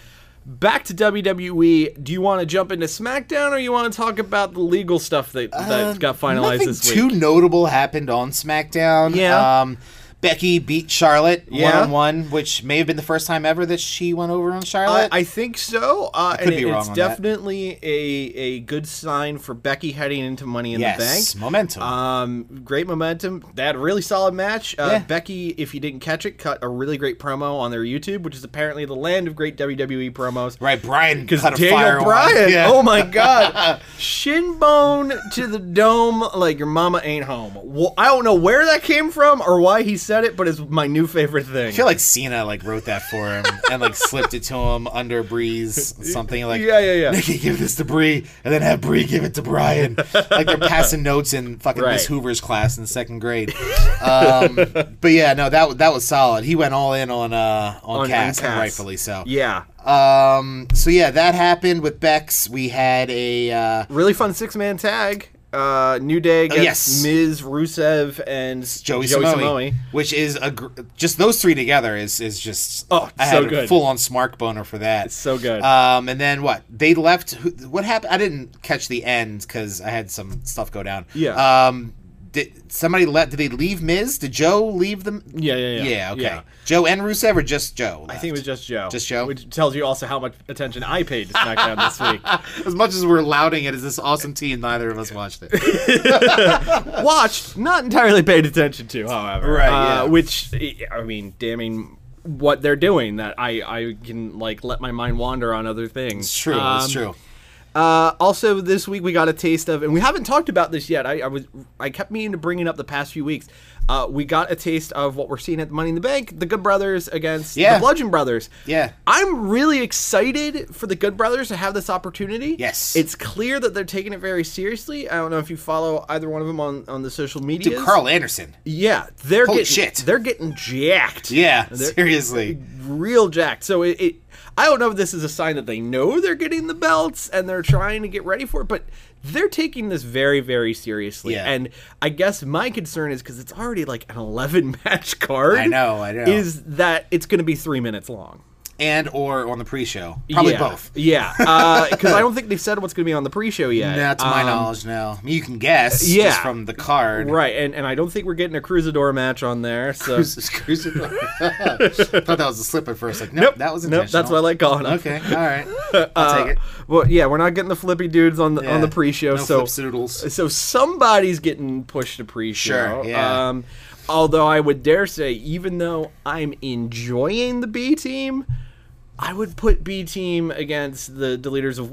[SPEAKER 6] back to WWE. Do you want to jump into SmackDown, or you want to talk about the legal stuff that that got finalized
[SPEAKER 3] Uh, Nothing
[SPEAKER 6] this week?
[SPEAKER 3] too notable happened on SmackDown.
[SPEAKER 6] Yeah.
[SPEAKER 3] Um, Becky beat Charlotte one
[SPEAKER 6] Yeah.
[SPEAKER 3] on one, which may have been the first time ever that she went over on
[SPEAKER 6] I,
[SPEAKER 3] Charlotte.
[SPEAKER 6] I think so. Uh,
[SPEAKER 3] could
[SPEAKER 6] and
[SPEAKER 3] be
[SPEAKER 6] it-
[SPEAKER 3] wrong
[SPEAKER 6] it's
[SPEAKER 3] on that.
[SPEAKER 6] definitely a a good sign for Becky heading into Money in the Bank.
[SPEAKER 3] yes, momentum.
[SPEAKER 6] Um, great momentum. They had a really solid match. Uh,
[SPEAKER 3] Yeah.
[SPEAKER 6] Becky, if you didn't catch it, cut a really great promo on their YouTube, which is apparently the land of great WWE promos.
[SPEAKER 3] right, Brian
[SPEAKER 6] Because
[SPEAKER 3] cut a fire
[SPEAKER 6] Daniel
[SPEAKER 3] one.
[SPEAKER 6] Bryan,
[SPEAKER 3] Yeah.
[SPEAKER 6] oh my God, shin bone to the dome, like your mama ain't home. Well, I don't know where that came from or why he said it, but it's my new favorite thing.
[SPEAKER 3] I feel like Cena like wrote that for him and like slipped it to him under Bree's something like
[SPEAKER 6] Yeah, yeah, yeah.
[SPEAKER 3] Nikki give this to Bree and then have Bree give it to Brian like they're passing notes in fucking Miss
[SPEAKER 6] Right.
[SPEAKER 3] Hoover's class in second grade. Um, but yeah, no that wa- that was solid. He went all in on uh on,
[SPEAKER 6] On- on
[SPEAKER 3] Cass, and
[SPEAKER 6] Cass.
[SPEAKER 3] rightfully so.
[SPEAKER 6] yeah,
[SPEAKER 3] Um, so yeah, that happened with Bex. We had a uh,
[SPEAKER 6] really fun six man tag. Uh, New Day gets
[SPEAKER 3] Oh, yes.
[SPEAKER 6] Miz, Rusev, and
[SPEAKER 3] Joey, Samoa, which is a gr- just those three together is is just
[SPEAKER 6] Oh,
[SPEAKER 3] I
[SPEAKER 6] so
[SPEAKER 3] had a
[SPEAKER 6] good.
[SPEAKER 3] full on smart boner for that.
[SPEAKER 6] So good.
[SPEAKER 3] Um, and then what they left? Who, what happened? I didn't catch the end because I had some stuff go down.
[SPEAKER 6] Yeah.
[SPEAKER 3] Um, did somebody let? Did they leave Miz? Did Joe leave them?
[SPEAKER 6] Yeah, yeah, yeah.
[SPEAKER 3] okay.
[SPEAKER 6] Yeah.
[SPEAKER 3] Joe and Rusev or just Joe?
[SPEAKER 6] I think it was just Joe.
[SPEAKER 3] Just Joe?
[SPEAKER 6] Which tells you also how much attention I paid to SmackDown this week.
[SPEAKER 3] as much as we're lauding it as this awesome team, neither of us watched it.
[SPEAKER 6] Watched, not entirely paid attention to, however.
[SPEAKER 3] Right, yeah.
[SPEAKER 6] Uh, Which, I mean, damning what they're doing that I, I can, like, let my mind wander on other things.
[SPEAKER 3] it's true.
[SPEAKER 6] Um,
[SPEAKER 3] it's true.
[SPEAKER 6] Uh, also, this week we got a taste of, and we haven't talked about this yet. I, I was, I kept meaning to bring it up the past few weeks. Uh, we got a taste of what we're seeing at the Money in the Bank: the Good Brothers against
[SPEAKER 3] Yeah.
[SPEAKER 6] the Bludgeon Brothers.
[SPEAKER 3] Yeah.
[SPEAKER 6] I'm really excited for the Good Brothers to have this opportunity.
[SPEAKER 3] Yes.
[SPEAKER 6] it's clear that they're taking it very seriously. I don't know if you follow either one of them on on the social media.
[SPEAKER 3] Dude, Carl Anderson.
[SPEAKER 6] yeah, they're
[SPEAKER 3] Holy
[SPEAKER 6] getting
[SPEAKER 3] shit.
[SPEAKER 6] they're getting jacked.
[SPEAKER 3] Yeah,
[SPEAKER 6] They're-
[SPEAKER 3] seriously.
[SPEAKER 6] real jacked. So it, it, I don't know if this is a sign that they know they're getting the belts and they're trying to get ready for it, but they're taking this very, very seriously.
[SPEAKER 3] Yeah.
[SPEAKER 6] And I guess my concern is because it's already like an 11 match card.
[SPEAKER 3] I know, I know.
[SPEAKER 6] Is that it's going to be three minutes long?
[SPEAKER 3] and or on the pre-show. Probably
[SPEAKER 6] yeah.
[SPEAKER 3] both.
[SPEAKER 6] Yeah, because I don't think they've said what's going to be on the pre-show yet.
[SPEAKER 3] Not to my
[SPEAKER 6] Um,
[SPEAKER 3] knowledge, no. I mean, you can guess
[SPEAKER 6] yeah.
[SPEAKER 3] just from the card.
[SPEAKER 6] Right, and, and I don't think we're getting a Cruisador match on there. So
[SPEAKER 3] Cruise- cruise- thought that was a slip at first. Like, nope, that was intentional.
[SPEAKER 6] nope, that's what I like calling them.
[SPEAKER 3] Okay, all right. I'll take it.
[SPEAKER 6] Well, yeah, we're not getting the flippy dudes on the on the
[SPEAKER 3] Yeah. No
[SPEAKER 6] pre-show. so
[SPEAKER 3] flipsoodles.
[SPEAKER 6] so somebody's getting pushed to pre-show.
[SPEAKER 3] Sure, yeah.
[SPEAKER 6] Um, although I would dare say, even though I'm enjoying the B team, I would put B team against the Deleters of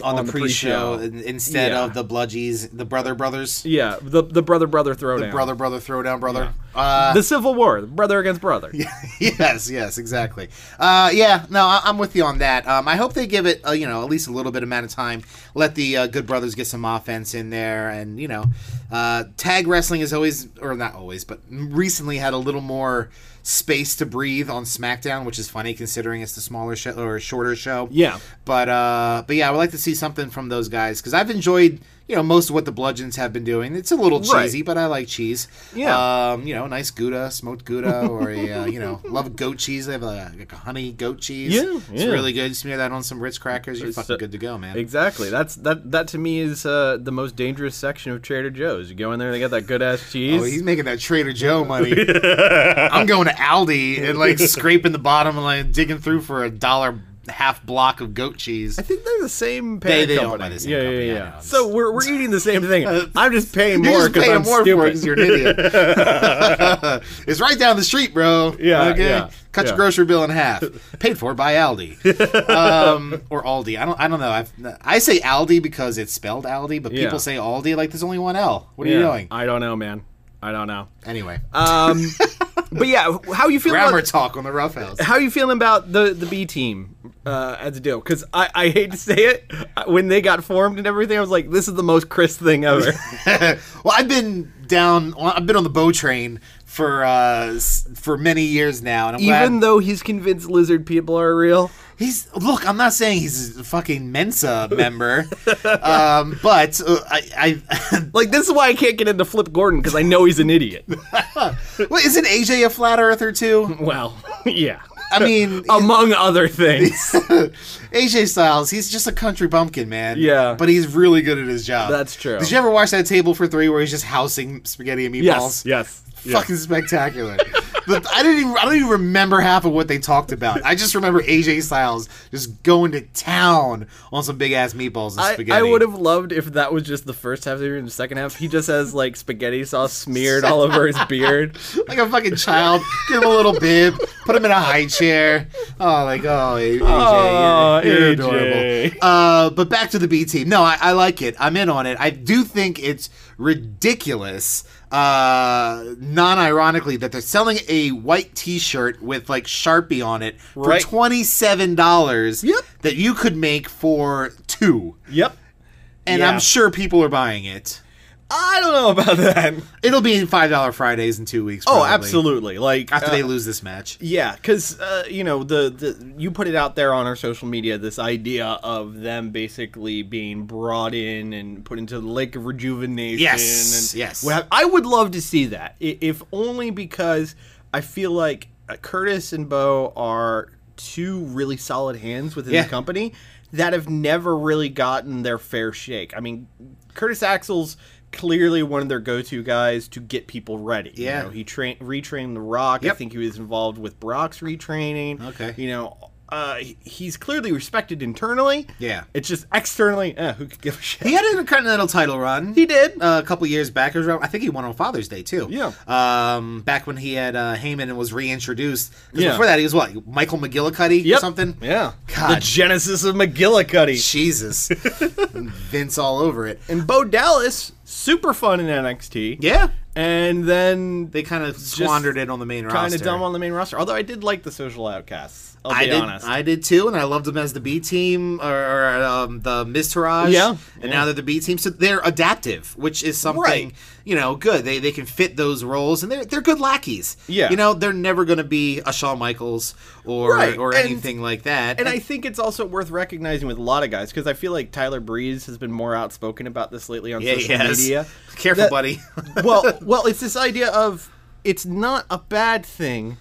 [SPEAKER 3] On, the, pre-show, in- instead
[SPEAKER 6] Yeah.
[SPEAKER 3] of the bludgies, the brother brothers,
[SPEAKER 6] Yeah, the the brother brother throwdown.
[SPEAKER 3] brother brother throwdown brother. Uh,
[SPEAKER 6] The Civil War, brother against brother.
[SPEAKER 3] yes, yes, exactly. Uh, yeah, no, I, I'm with you on that. Um, I hope they give it, uh, you know, at least a little bit amount of time. Let the uh, good brothers get some offense in there, and you know, uh, tag wrestling has always, or not always, but recently had a little more space to breathe on SmackDown, which is funny considering it's the smaller show or shorter show.
[SPEAKER 6] Yeah.
[SPEAKER 3] But uh, but yeah, I would like to see something from those guys because I've enjoyed you know, most of what the bludgeons have been doing. It's a little
[SPEAKER 6] Right.
[SPEAKER 3] cheesy, but I like cheese.
[SPEAKER 6] Yeah.
[SPEAKER 3] Um, you know, nice Gouda, smoked Gouda, or a, uh, you know, love a goat cheese. They have a, like a honey goat cheese.
[SPEAKER 6] Yeah,
[SPEAKER 3] It's
[SPEAKER 6] yeah.
[SPEAKER 3] really good. Smear that on some Ritz crackers. You're fucking good to go, man.
[SPEAKER 6] Exactly. That's that. That to me is uh, the most dangerous section of Trader Joe's. You go in there, they got that good ass cheese.
[SPEAKER 3] Oh, he's making that Trader Joe money. I'm going to Aldi and like scraping the bottom and like digging through for a dollar half block of goat cheese.
[SPEAKER 6] I think they're the same
[SPEAKER 3] They-
[SPEAKER 6] parent
[SPEAKER 3] they don't
[SPEAKER 6] company.
[SPEAKER 3] buy the same
[SPEAKER 6] yeah,
[SPEAKER 3] company,
[SPEAKER 6] yeah,
[SPEAKER 3] I
[SPEAKER 6] yeah,
[SPEAKER 3] know.
[SPEAKER 6] So we're, we're eating the same thing. I'm just paying
[SPEAKER 3] You're
[SPEAKER 6] more
[SPEAKER 3] just
[SPEAKER 6] because
[SPEAKER 3] paying
[SPEAKER 6] I'm
[SPEAKER 3] more for it
[SPEAKER 6] stupid.
[SPEAKER 3] 'cause you're an idiot. it's right down the street, bro.
[SPEAKER 6] Yeah,
[SPEAKER 3] Okay?
[SPEAKER 6] yeah,
[SPEAKER 3] Cut your
[SPEAKER 6] yeah.
[SPEAKER 3] grocery bill in half. Paid for by Aldi um, or Aldi. I don't. I don't know. I've, I say Aldi because it's spelled Aldi, but
[SPEAKER 6] Yeah.
[SPEAKER 3] people say Aldi like there's only one L. What are
[SPEAKER 6] Yeah.
[SPEAKER 3] you doing?
[SPEAKER 6] I don't know, man. I don't know.
[SPEAKER 3] Anyway,
[SPEAKER 6] Um, but yeah, how you feel?
[SPEAKER 3] grammar
[SPEAKER 6] About,
[SPEAKER 3] talk on the Rough House.
[SPEAKER 6] how you feeling about the the B team uh, as a deal? Because I, I hate to say it, I- when they got formed and everything, I was like, this is the most Chris thing ever.
[SPEAKER 3] well, I've been down. I've been on the bow train for uh, s- for many years now, and I'm
[SPEAKER 6] Even
[SPEAKER 3] glad
[SPEAKER 6] though he's convinced lizard people are real.
[SPEAKER 3] he's. Look, I'm not saying he's a fucking Mensa member, um, but uh, I. I
[SPEAKER 6] Like this is why I can't get into Flip Gordon because I know he's an idiot.
[SPEAKER 3] well, isn't AJ a flat earther too?
[SPEAKER 6] well, yeah.
[SPEAKER 3] I mean,
[SPEAKER 6] Among other things.
[SPEAKER 3] AJ Styles, he's just a country bumpkin, man.
[SPEAKER 6] Yeah.
[SPEAKER 3] but he's really good at his job.
[SPEAKER 6] That's true.
[SPEAKER 3] Did you ever watch that Table for Three where he's just housing spaghetti and meatballs?
[SPEAKER 6] yes, yes. yes.
[SPEAKER 3] fucking spectacular. but I didn't even I don't even remember half of what they talked about. I just remember AJ Styles just going to town on some big ass meatballs and
[SPEAKER 6] I,
[SPEAKER 3] spaghetti.
[SPEAKER 6] I would have loved if that was just the first half of the year and the second half. He just has like spaghetti sauce smeared all over his beard.
[SPEAKER 3] like a fucking child. Give him a little bib, put him in a high chair. Oh, like oh, A- AJ,
[SPEAKER 6] Aw,
[SPEAKER 3] you're, you're
[SPEAKER 6] AJ.
[SPEAKER 3] adorable. Uh, but back to the B team. No, I, I like it. I'm in on it. I do think it's ridiculous. Uh, non-ironically, that they're selling a white T-shirt with like Sharpie on it for
[SPEAKER 6] Right.
[SPEAKER 3] twenty-seven dollars.
[SPEAKER 6] Yep.
[SPEAKER 3] That you could make for two,
[SPEAKER 6] Yep.
[SPEAKER 3] and
[SPEAKER 6] Yeah.
[SPEAKER 3] I'm sure people are buying it.
[SPEAKER 6] I don't know about that.
[SPEAKER 3] It'll be in five dollar Fridays in two weeks.
[SPEAKER 6] Oh,
[SPEAKER 3] probably,
[SPEAKER 6] absolutely. Like
[SPEAKER 3] After
[SPEAKER 6] uh,
[SPEAKER 3] they lose this match.
[SPEAKER 6] Yeah, because uh, you know the, the you put it out there on our social media this idea of them basically being brought in and put into the lake of rejuvenation.
[SPEAKER 3] Yes,
[SPEAKER 6] and
[SPEAKER 3] yes.
[SPEAKER 6] what have- I would love to see that, i- if only because I feel like uh, Curtis and Bo are two really solid hands within
[SPEAKER 3] Yeah.
[SPEAKER 6] the company that have never really gotten their fair shake. I mean, Curtis Axel's clearly one of their go-to guys to get people ready. You
[SPEAKER 3] Yeah.
[SPEAKER 6] know, he tra- retrained The Rock. I
[SPEAKER 3] Yep.
[SPEAKER 6] think he was involved with Brock's retraining.
[SPEAKER 3] Okay.
[SPEAKER 6] You know, uh, he- he's clearly respected internally.
[SPEAKER 3] Yeah.
[SPEAKER 6] It's just externally, eh, who could give a shit?
[SPEAKER 3] He had an Intercontinental title run.
[SPEAKER 6] He did.
[SPEAKER 3] Uh, a couple years back. It was around- I think he won on Father's Day too.
[SPEAKER 6] Yeah.
[SPEAKER 3] Um, back when he had uh, Heyman and was reintroduced. 'Cause
[SPEAKER 6] Yeah.
[SPEAKER 3] Before that, he was what Michael McGillicuddy
[SPEAKER 6] Yep.
[SPEAKER 3] or something.
[SPEAKER 6] Yeah. The
[SPEAKER 3] God.
[SPEAKER 6] genesis of McGillicuddy.
[SPEAKER 3] Jesus. Vince all over it.
[SPEAKER 6] And Bo Dallas, super fun in NXT.
[SPEAKER 3] Yeah.
[SPEAKER 6] And then
[SPEAKER 3] They kind of squandered it on the main
[SPEAKER 6] kind
[SPEAKER 3] roster.
[SPEAKER 6] of dumb on the main roster. Although I did like the social outcasts. I'll
[SPEAKER 3] I
[SPEAKER 6] be
[SPEAKER 3] did.
[SPEAKER 6] honest.
[SPEAKER 3] I did too, and I loved them as the B team or, or, um, the Mistourage.
[SPEAKER 6] Yeah,
[SPEAKER 3] and
[SPEAKER 6] yeah.
[SPEAKER 3] now they're the B team, so they're adaptive, which is something
[SPEAKER 6] Right.
[SPEAKER 3] you know good. They they can fit those roles, and they're they're good lackeys.
[SPEAKER 6] Yeah.
[SPEAKER 3] you know they're never going to be a Shawn Michaels or
[SPEAKER 6] Right,
[SPEAKER 3] or
[SPEAKER 6] and-
[SPEAKER 3] anything like that.
[SPEAKER 6] And I think it's also worth recognizing with a lot of guys because I feel like Tyler Breeze has been more outspoken about this lately on
[SPEAKER 3] yeah,
[SPEAKER 6] social
[SPEAKER 3] yes.
[SPEAKER 6] media.
[SPEAKER 3] Careful,
[SPEAKER 6] That-
[SPEAKER 3] buddy.
[SPEAKER 6] well, well, it's this idea of it's not a bad thing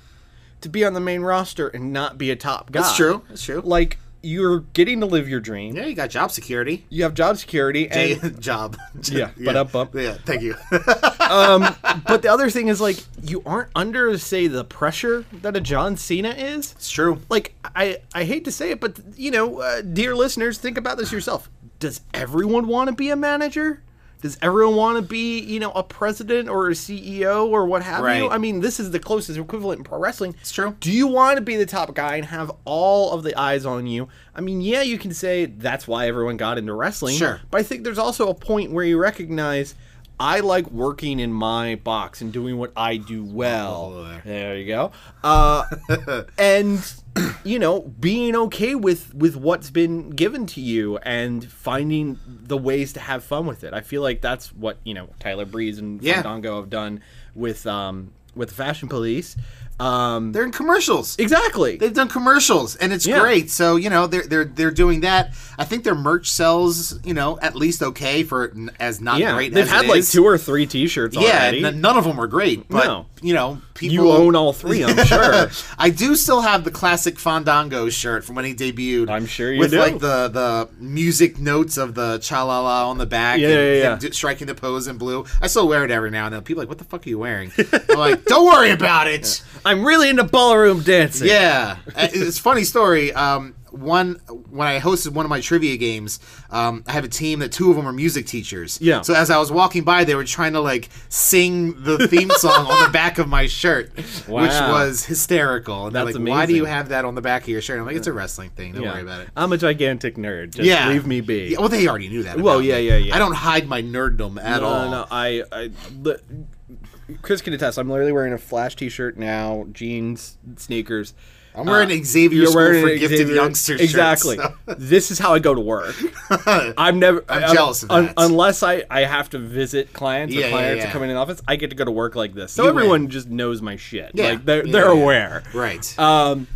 [SPEAKER 6] to be on the main roster and not be a top guy.
[SPEAKER 3] That's true. That's true.
[SPEAKER 6] Like you're getting to live your dream.
[SPEAKER 3] yeah, you got job security.
[SPEAKER 6] You have job security,
[SPEAKER 3] Day-
[SPEAKER 6] and
[SPEAKER 3] job.
[SPEAKER 6] Yeah, ba-da-bum.
[SPEAKER 3] Yeah, thank you.
[SPEAKER 6] but the other thing is like you aren't under say the pressure that a John Cena is.
[SPEAKER 3] it's true.
[SPEAKER 6] like I, I hate to say it, but you know, uh, dear listeners, think about this yourself. Does everyone want to be a manager? Does everyone want to be, you know, a president or a CEO or what have you?
[SPEAKER 3] Right.
[SPEAKER 6] I mean, this is the closest equivalent in pro wrestling. It's
[SPEAKER 3] true.
[SPEAKER 6] Do you want to be the top guy and have all of the eyes on you? I mean, yeah, you can say that's why everyone got into wrestling.
[SPEAKER 3] Sure.
[SPEAKER 6] But I think there's also a point where you recognize I like working in my box and doing what I do well.
[SPEAKER 3] over Oh, there.
[SPEAKER 6] There you go. Uh, and you know, being okay with with what's been given to you and finding the ways to have fun with it. I feel like that's what you know Tyler Breeze and
[SPEAKER 3] Yeah.
[SPEAKER 6] Fandango have done with um with the Fashion Police. Um,
[SPEAKER 3] They're in commercials.
[SPEAKER 6] exactly.
[SPEAKER 3] They've done commercials and it's
[SPEAKER 6] Yeah.
[SPEAKER 3] great. So you know they're they're they're doing that. I think their merch sells you know at least okay for n- as not
[SPEAKER 6] yeah,
[SPEAKER 3] great.
[SPEAKER 6] they've
[SPEAKER 3] as
[SPEAKER 6] had
[SPEAKER 3] it
[SPEAKER 6] like
[SPEAKER 3] is.
[SPEAKER 6] two or three T-shirts
[SPEAKER 3] Yeah,
[SPEAKER 6] already.
[SPEAKER 3] n- none of them were great, but
[SPEAKER 6] No.
[SPEAKER 3] you know people.
[SPEAKER 6] you own all three, I'm sure.
[SPEAKER 3] I do still have the classic Fandango shirt from when he debuted.
[SPEAKER 6] I'm sure you
[SPEAKER 3] with
[SPEAKER 6] do.
[SPEAKER 3] like the the music notes of the cha la la on the back.
[SPEAKER 6] Yeah,
[SPEAKER 3] and,
[SPEAKER 6] yeah, yeah.
[SPEAKER 3] him do- striking the pose in blue. I still wear it every now and then. People are like, what the fuck are you wearing? I'm like, don't worry about it.
[SPEAKER 6] I'm really into ballroom dancing.
[SPEAKER 3] Yeah, Uh, it's a funny story. Um, one when I hosted one of my trivia games, um, I have a team that two of them are music teachers.
[SPEAKER 6] Yeah.
[SPEAKER 3] So as I was walking by, they were trying to like sing the theme song on the back of my shirt, which
[SPEAKER 6] Wow.
[SPEAKER 3] was hysterical. And they're like,
[SPEAKER 6] That's
[SPEAKER 3] "Why do
[SPEAKER 6] amazing.
[SPEAKER 3] you have that on the back of your shirt?" I'm like, "It's a wrestling thing. Don't
[SPEAKER 6] Yeah.
[SPEAKER 3] worry about it."
[SPEAKER 6] I'm a gigantic nerd. Just
[SPEAKER 3] yeah,
[SPEAKER 6] leave me be.
[SPEAKER 3] Yeah, well, they already knew that.
[SPEAKER 6] Well,
[SPEAKER 3] about
[SPEAKER 6] yeah,
[SPEAKER 3] me.
[SPEAKER 6] yeah, yeah.
[SPEAKER 3] I don't hide my nerddom at
[SPEAKER 6] no,
[SPEAKER 3] all.
[SPEAKER 6] No, no, I, I, the- Chris can attest. I'm literally wearing a Flash T-shirt now, jeans, sneakers.
[SPEAKER 3] I'm wearing
[SPEAKER 6] Uh,
[SPEAKER 3] Xavier
[SPEAKER 6] you're
[SPEAKER 3] School
[SPEAKER 6] wearing
[SPEAKER 3] for
[SPEAKER 6] an
[SPEAKER 3] Gifted
[SPEAKER 6] Xavier-
[SPEAKER 3] Youngsters shirt,
[SPEAKER 6] Exactly.
[SPEAKER 3] so.
[SPEAKER 6] This is how I go to work. I'm never.
[SPEAKER 3] I'm
[SPEAKER 6] un-
[SPEAKER 3] jealous of
[SPEAKER 6] un-
[SPEAKER 3] that.
[SPEAKER 6] unless I, I have to visit clients or
[SPEAKER 3] Yeah, yeah,
[SPEAKER 6] clients
[SPEAKER 3] yeah.
[SPEAKER 6] are coming in the office. I get to go to work like this, so
[SPEAKER 3] You
[SPEAKER 6] everyone
[SPEAKER 3] win.
[SPEAKER 6] just knows my shit.
[SPEAKER 3] Yeah.
[SPEAKER 6] Like they're
[SPEAKER 3] Yeah,
[SPEAKER 6] they're
[SPEAKER 3] yeah.
[SPEAKER 6] aware.
[SPEAKER 3] Right.
[SPEAKER 6] Um,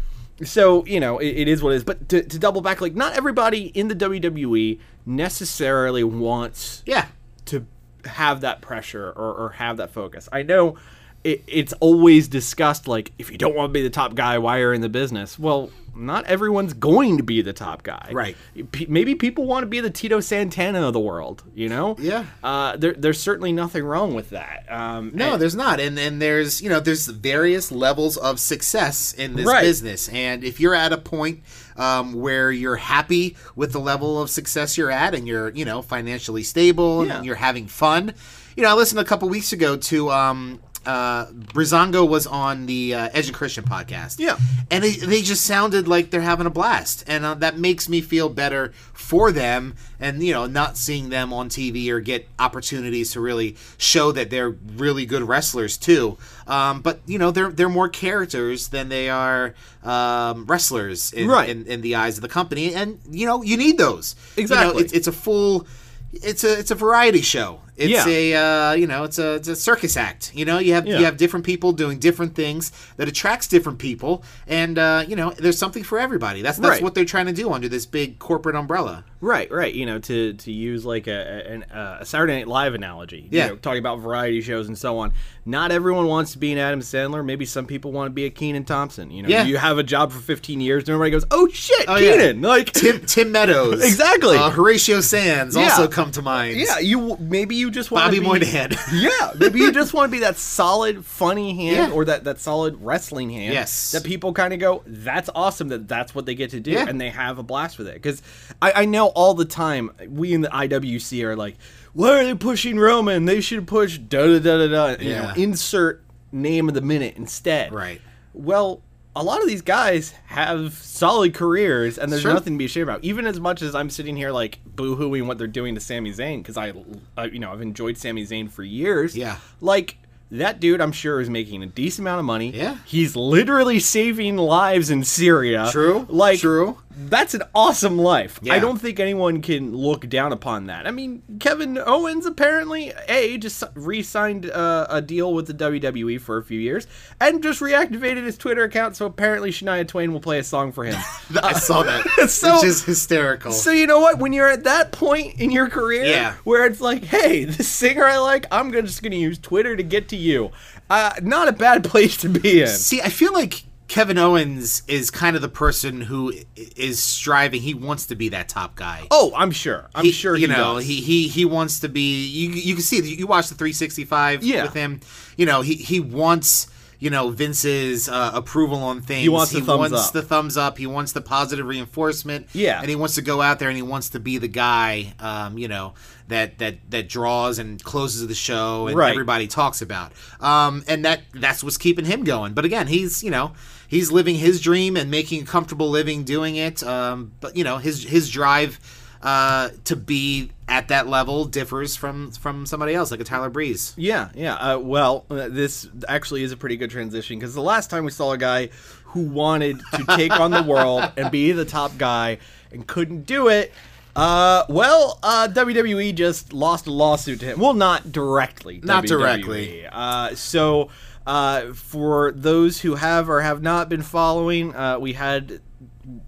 [SPEAKER 6] so you know it, it is what it is. But to, to double back, like not everybody in the WWE necessarily wants
[SPEAKER 3] yeah.
[SPEAKER 6] to have that pressure or, or have that focus. I know it, it's always discussed like if you don't want to be the top guy, why are you in the business? Well, not everyone's going to be the top guy,
[SPEAKER 3] Right.
[SPEAKER 6] P- maybe people want to be the Tito Santana of the world, you know?
[SPEAKER 3] Yeah.
[SPEAKER 6] Uh, there, there's certainly nothing wrong with that. Um,
[SPEAKER 3] No,
[SPEAKER 6] and-
[SPEAKER 3] there's not, and and there's you know there's various levels of success in this
[SPEAKER 6] Right.
[SPEAKER 3] business, and if you're at a point um, where you're happy with the level of success you're at, and you're you know financially stable,
[SPEAKER 6] Yeah.
[SPEAKER 3] and you're having fun, you know I listened a couple weeks ago to um, uh, Brizongo was on the uh, Edge of Christian podcast,
[SPEAKER 6] Yeah.
[SPEAKER 3] and they, they just sounded like they're having a blast, and uh, that makes me feel better for them, and you know not seeing them on TV or get opportunities to really show that they're really good wrestlers too. Um, but you know they're they're more characters than they are um, wrestlers in,
[SPEAKER 6] Right.
[SPEAKER 3] in, in the eyes of the company, and you know you need those You know,
[SPEAKER 6] Exactly.
[SPEAKER 3] it's, it's a full. It's a it's a variety show. It's
[SPEAKER 6] Yeah.
[SPEAKER 3] a uh, you know it's a, it's a circus act. You know you have
[SPEAKER 6] Yeah.
[SPEAKER 3] you have different people doing different things that attracts different people, and uh, you know there's something for everybody. That's that's
[SPEAKER 6] Right.
[SPEAKER 3] what they're trying to do under this big corporate umbrella.
[SPEAKER 6] Right, right. You know, to to use like a an, uh, a Saturday Night Live analogy.
[SPEAKER 3] Yeah.
[SPEAKER 6] You know, talking about variety shows and so on. Not everyone wants to be an Adam Sandler. Maybe some people want to be a Keenan Thompson. You know,
[SPEAKER 3] Yeah.
[SPEAKER 6] you have a job for 15 years, and everybody goes, "Oh shit,
[SPEAKER 3] Oh, yeah.
[SPEAKER 6] Keenan!" Like,
[SPEAKER 3] Tim Tim Meadows,
[SPEAKER 6] Exactly.
[SPEAKER 3] Uh, Horatio Sands
[SPEAKER 6] Yeah.
[SPEAKER 3] also come to mind.
[SPEAKER 6] yeah, you maybe you just want
[SPEAKER 3] Bobby
[SPEAKER 6] be,
[SPEAKER 3] Moynihan.
[SPEAKER 6] Yeah, maybe you just want to be that solid, funny hand
[SPEAKER 3] Yeah.
[SPEAKER 6] or that, that solid wrestling hand.
[SPEAKER 3] Yes.
[SPEAKER 6] That people kind of go, that's awesome that that's what they get to do.
[SPEAKER 3] Yeah.
[SPEAKER 6] And they have a blast with it. Because I, I know all the time, we in the IWC are like, why are they pushing Roman? They should push da da da da da. You know,
[SPEAKER 3] Yeah.
[SPEAKER 6] insert name of the minute instead.
[SPEAKER 3] Right.
[SPEAKER 6] Well, a lot of these guys have solid careers, and there's
[SPEAKER 3] Sure.
[SPEAKER 6] nothing to be ashamed about. Even as much as I'm sitting here like boo-hooing what they're doing to Sami Zayn, because I, I, you know, I've enjoyed Sami Zayn for years.
[SPEAKER 3] Yeah.
[SPEAKER 6] Like that dude, I'm sure is making a decent amount of money.
[SPEAKER 3] Yeah.
[SPEAKER 6] He's literally saving lives in Syria.
[SPEAKER 3] True,
[SPEAKER 6] Like
[SPEAKER 3] true.
[SPEAKER 6] That's an awesome life.
[SPEAKER 3] Yeah.
[SPEAKER 6] I don't think anyone can look down upon that. I mean, Kevin Owens apparently a just re-signed uh, a deal with the WWE for a few years and just reactivated his Twitter account. So apparently Shania Twain will play a song for him.
[SPEAKER 3] I saw that.
[SPEAKER 6] So-
[SPEAKER 3] which is hysterical.
[SPEAKER 6] So you know what? When you're at that point in your career,
[SPEAKER 3] Yeah.
[SPEAKER 6] where it's like, hey, this singer I like, I'm gonna- just going to use Twitter to get to you. Uh, not a bad place to be in.
[SPEAKER 3] See, I feel like Kevin Owens is kind of the person who i- is striving. He wants to be that top guy.
[SPEAKER 6] Oh, I'm sure. I'm
[SPEAKER 3] He-
[SPEAKER 6] sure
[SPEAKER 3] you
[SPEAKER 6] he
[SPEAKER 3] know
[SPEAKER 6] does.
[SPEAKER 3] he he he wants to be. You you can see you watch the 365
[SPEAKER 6] Yeah.
[SPEAKER 3] with him. You know he he wants. You know Vince's uh, approval on things.
[SPEAKER 6] wants the thumbs
[SPEAKER 3] wants
[SPEAKER 6] up.
[SPEAKER 3] the thumbs up. He wants the positive reinforcement.
[SPEAKER 6] Yeah.
[SPEAKER 3] and he wants to go out there and he wants to be the guy. Um, you know that that that draws and closes the show and
[SPEAKER 6] Right.
[SPEAKER 3] everybody talks about. Um, and that that's what's keeping him going. But again, he's you know he's living his dream and making a comfortable living doing it. Um, but you know his his drive uh, to be at that level differs from from somebody else like a Tyler Breeze.
[SPEAKER 6] Yeah, yeah. Uh, well, uh, this actually is a pretty good transition because the last time we saw a guy who wanted to take on the world and be the top guy and couldn't do it Uh, well, uh, WWE just lost a lawsuit to him. Well, not directly.
[SPEAKER 3] Not
[SPEAKER 6] WWE.
[SPEAKER 3] directly.
[SPEAKER 6] Uh, so, uh, for those who have or have not been following, uh, we had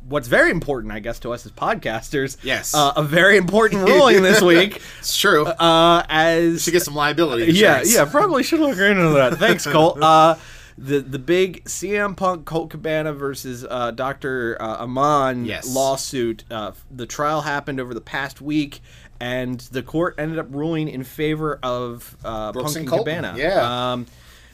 [SPEAKER 6] what's very important, I guess, to us as podcasters.
[SPEAKER 3] Yes.
[SPEAKER 6] Uh, a very important ruling this week.
[SPEAKER 3] It's true.
[SPEAKER 6] Uh, as
[SPEAKER 3] Should get some liability.
[SPEAKER 6] yeah,
[SPEAKER 3] insurance.
[SPEAKER 6] yeah, probably should look into that. Thanks, Colt. Uh, the the big CM Punk Colt Cabana versus uh, Doctor uh, Amon
[SPEAKER 3] Yes.
[SPEAKER 6] lawsuit. Uh, the trial happened over the past week, and the court ended up ruling in favor of uh,
[SPEAKER 3] Brooks
[SPEAKER 6] Punk
[SPEAKER 3] and
[SPEAKER 6] and
[SPEAKER 3] Colton,
[SPEAKER 6] Cabana.
[SPEAKER 3] yeah.
[SPEAKER 6] Um,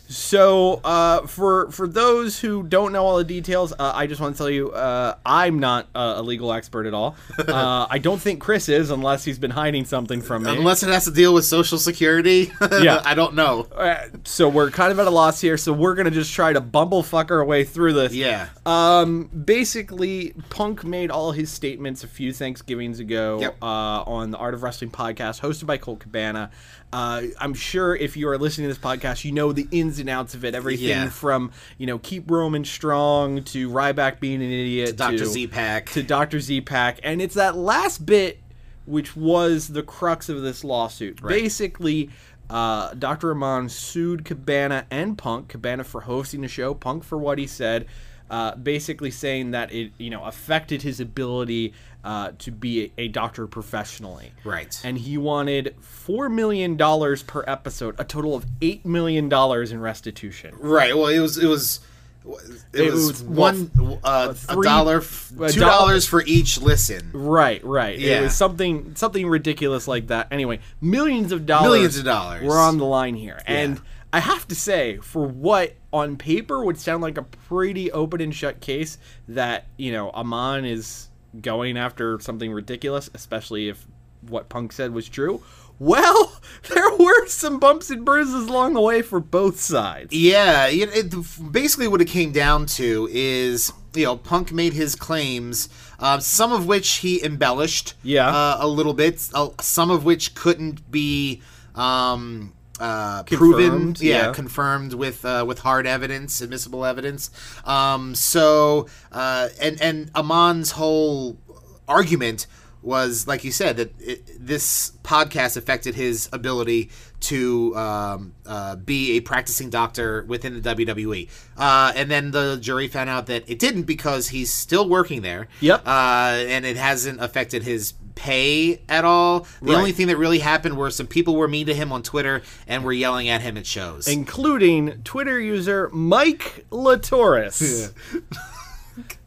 [SPEAKER 6] so uh, for for those who don't know all the details, uh, I just want to tell you uh, I'm not uh, a legal expert at all. Uh, I don't think Chris is, unless he's been hiding something from me.
[SPEAKER 3] Unless it has to deal with Social Security.
[SPEAKER 6] Yeah.
[SPEAKER 3] I don't know.
[SPEAKER 6] Uh, so we're kind of at a loss here. So we're gonna just try to bumblefuck our way through this.
[SPEAKER 3] Yeah.
[SPEAKER 6] Um. Basically, Punk made all his statements a few Thanksgivings ago
[SPEAKER 3] Yep.
[SPEAKER 6] uh, on the Art of Wrestling podcast, hosted by Colt Cabana. Uh, I'm sure if you are listening to this podcast, you know the ins and outs of it. Everything
[SPEAKER 3] Yeah.
[SPEAKER 6] from you know keep Roman strong to Ryback being an idiot to
[SPEAKER 3] Dr. Z-Pack.
[SPEAKER 6] to Dr. Z Pack, and it's that last bit which was the crux of this lawsuit. Basically, uh, Dr. Amon sued Cabana and Punk, Cabana for hosting the show, Punk for what he said, uh, basically saying that it you know affected his ability uh, to be a, a doctor professionally.
[SPEAKER 3] Right.
[SPEAKER 6] And he wanted four million dollars per episode, a total of eight million dollars in restitution.
[SPEAKER 3] Right. Well, it was it was it,
[SPEAKER 6] It
[SPEAKER 3] was,
[SPEAKER 6] was
[SPEAKER 3] one uh, a
[SPEAKER 6] three-
[SPEAKER 3] dollar f-
[SPEAKER 6] a
[SPEAKER 3] two
[SPEAKER 6] dollar-
[SPEAKER 3] dollars for each listen.
[SPEAKER 6] Right, right.
[SPEAKER 3] Yeah.
[SPEAKER 6] It was something something ridiculous like that. Anyway, millions of dollars
[SPEAKER 3] Millions of dollars.
[SPEAKER 6] were on the line here. And I have to say, for what on paper would sound like a pretty open and shut case that, you know, Amon is going after something ridiculous, especially if what Punk said was true. Well, there were some bumps and bruises along the way for both sides.
[SPEAKER 3] Yeah, you know, it, basically what it came down to is you know Punk made his claims, uh, some of which he embellished,
[SPEAKER 6] Yeah.
[SPEAKER 3] uh, a little bit, uh, some of which couldn't be um, uh, proven,
[SPEAKER 6] Confirmed,
[SPEAKER 3] yeah,
[SPEAKER 6] yeah.
[SPEAKER 3] confirmed with uh, with hard evidence, admissible evidence. Um, so uh, and and Amon's whole argument was like you said that it, this podcast affected his ability to um, uh, be a practicing doctor within the WWE, uh, and then the jury found out that it didn't because he's still working there.
[SPEAKER 6] Yep.
[SPEAKER 3] uh, and it hasn't affected his pay at all. The
[SPEAKER 6] Right.
[SPEAKER 3] only thing that really happened were some people were mean to him on Twitter and were yelling at him at shows.
[SPEAKER 6] including Twitter user Mike Latoris.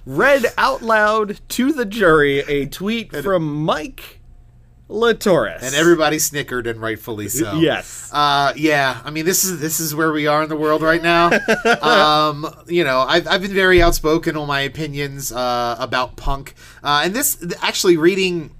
[SPEAKER 6] Read out loud to the jury a tweet from Mike Latoris.
[SPEAKER 3] and everybody snickered and rightfully so.
[SPEAKER 6] Yes.
[SPEAKER 3] Uh, yeah, I mean this is this is where we are in the world right now. um, you know, I've, I've been very outspoken on my opinions uh, about punk, uh, and this th- actually reading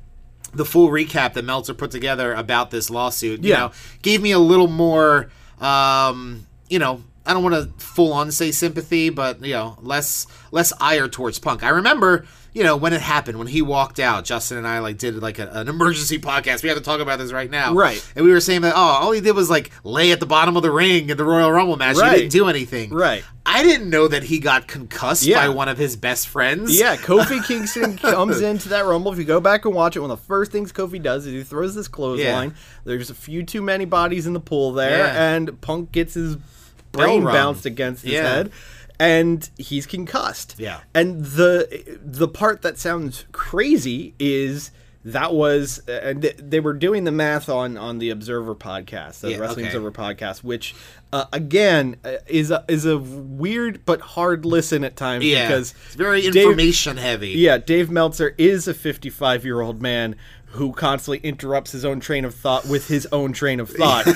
[SPEAKER 3] the full recap that Meltzer put together about this lawsuit, you
[SPEAKER 6] Yeah.
[SPEAKER 3] know, gave me a little more, um, you know. I don't want to full on say sympathy, but you know, less less ire towards Punk. I remember, you know, when it happened, when he walked out, Justin and I like did like a, an emergency podcast. We have to talk about this right now,
[SPEAKER 6] Right.
[SPEAKER 3] and we were saying that, oh, all he did was like lay at the bottom of the ring in the Royal Rumble match.
[SPEAKER 6] Right.
[SPEAKER 3] He didn't do anything.
[SPEAKER 6] Right.
[SPEAKER 3] I didn't know that he got concussed
[SPEAKER 6] Yeah.
[SPEAKER 3] by one of his best friends.
[SPEAKER 6] yeah, Kofi Kingston comes into that rumble. If you go back and watch it, one of the first things Kofi does is he throws this clothesline. There's a few too many bodies in the pool there,
[SPEAKER 3] Yeah.
[SPEAKER 6] and Punk gets his brain
[SPEAKER 3] run.
[SPEAKER 6] bounced against his
[SPEAKER 3] Yeah.
[SPEAKER 6] head. and he's concussed.
[SPEAKER 3] Yeah.
[SPEAKER 6] And the the part that sounds crazy is that was and th- they were doing the math on on the Observer podcast, the
[SPEAKER 3] Yeah,
[SPEAKER 6] Wrestling
[SPEAKER 3] okay.
[SPEAKER 6] Observer podcast, which uh, again uh, is a, is a weird but hard listen at times
[SPEAKER 3] Yeah.
[SPEAKER 6] because
[SPEAKER 3] it's very
[SPEAKER 6] Dave-
[SPEAKER 3] information heavy.
[SPEAKER 6] yeah, Dave Meltzer is a 55 year old man who constantly interrupts his own train of thought with his own train of thought.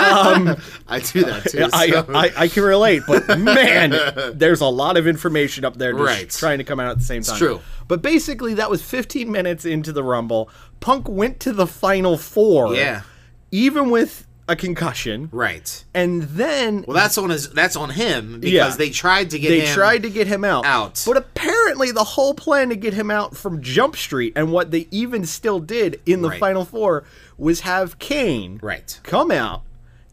[SPEAKER 3] I do that too.
[SPEAKER 6] Yeah, I, uh,
[SPEAKER 3] so-
[SPEAKER 6] I, I can relate, but man, there's a lot of information up there just
[SPEAKER 3] Right.
[SPEAKER 6] trying to come out at the same time.
[SPEAKER 3] true.
[SPEAKER 6] But basically, that was 15 minutes into the Rumble. Punk went to the final four.
[SPEAKER 3] Yeah.
[SPEAKER 6] Even with a concussion.
[SPEAKER 3] right.
[SPEAKER 6] And then
[SPEAKER 3] Well, that's on his. That's on him because
[SPEAKER 6] Yeah.
[SPEAKER 3] they tried to get
[SPEAKER 6] they
[SPEAKER 3] him.
[SPEAKER 6] tried to get him out.
[SPEAKER 3] out.
[SPEAKER 6] But apparently, the whole plan to get him out from Jump Street and what they even still did in the
[SPEAKER 3] Right.
[SPEAKER 6] Final Four was have Kane
[SPEAKER 3] Right.
[SPEAKER 6] come out,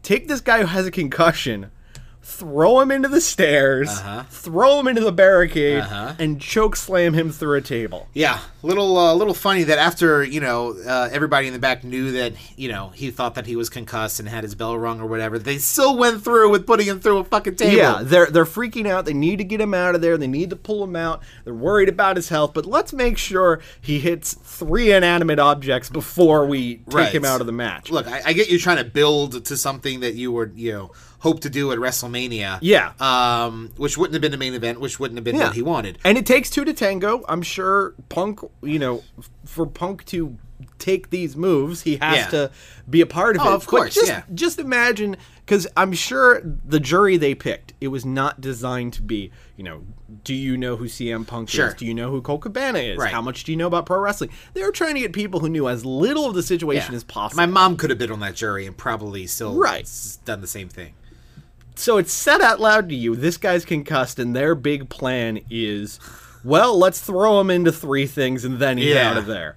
[SPEAKER 6] take this guy who has a concussion, throw him into the stairs,
[SPEAKER 3] Uh-huh.
[SPEAKER 6] throw him into the barricade, and choke slam him through a table.
[SPEAKER 3] Yeah, little uh, little funny that after you know uh, everybody in the back knew that you know he thought that he was concussed and had his bell rung or whatever. They still went through with putting him through a fucking table.
[SPEAKER 6] Yeah, they're they're freaking out. They need to get him out of there. They need to pull him out. They're worried about his health, but let's make sure he hits three inanimate objects before we take
[SPEAKER 3] Right.
[SPEAKER 6] him out of the match.
[SPEAKER 3] Look, I, I get you trying to build to something that you were you know hope to do at WrestleMania.
[SPEAKER 6] Yeah.
[SPEAKER 3] Um, which wouldn't have been the main event, which wouldn't have been what he wanted.
[SPEAKER 6] And it takes two to tango. I'm sure Punk, you know, f- for Punk to take these moves, he has
[SPEAKER 3] Yeah.
[SPEAKER 6] to be a part of
[SPEAKER 3] Oh,
[SPEAKER 6] it.
[SPEAKER 3] of
[SPEAKER 6] But
[SPEAKER 3] course,
[SPEAKER 6] just,
[SPEAKER 3] yeah.
[SPEAKER 6] Just imagine, because I'm sure the jury they picked, it was not designed to be, you know, do you know who CM Punk
[SPEAKER 3] Sure.
[SPEAKER 6] is? Do you know who Cole Cabana is?
[SPEAKER 3] Right.
[SPEAKER 6] How much do you know about pro wrestling? They were trying to get people who knew as little of the situation as possible.
[SPEAKER 3] My mom could have been on that jury and probably still
[SPEAKER 6] Right.
[SPEAKER 3] s- done the same thing.
[SPEAKER 6] so it's said out loud to you this guy's concussed and their big plan is well let's throw him into three things and then he's
[SPEAKER 3] Yeah.
[SPEAKER 6] out of there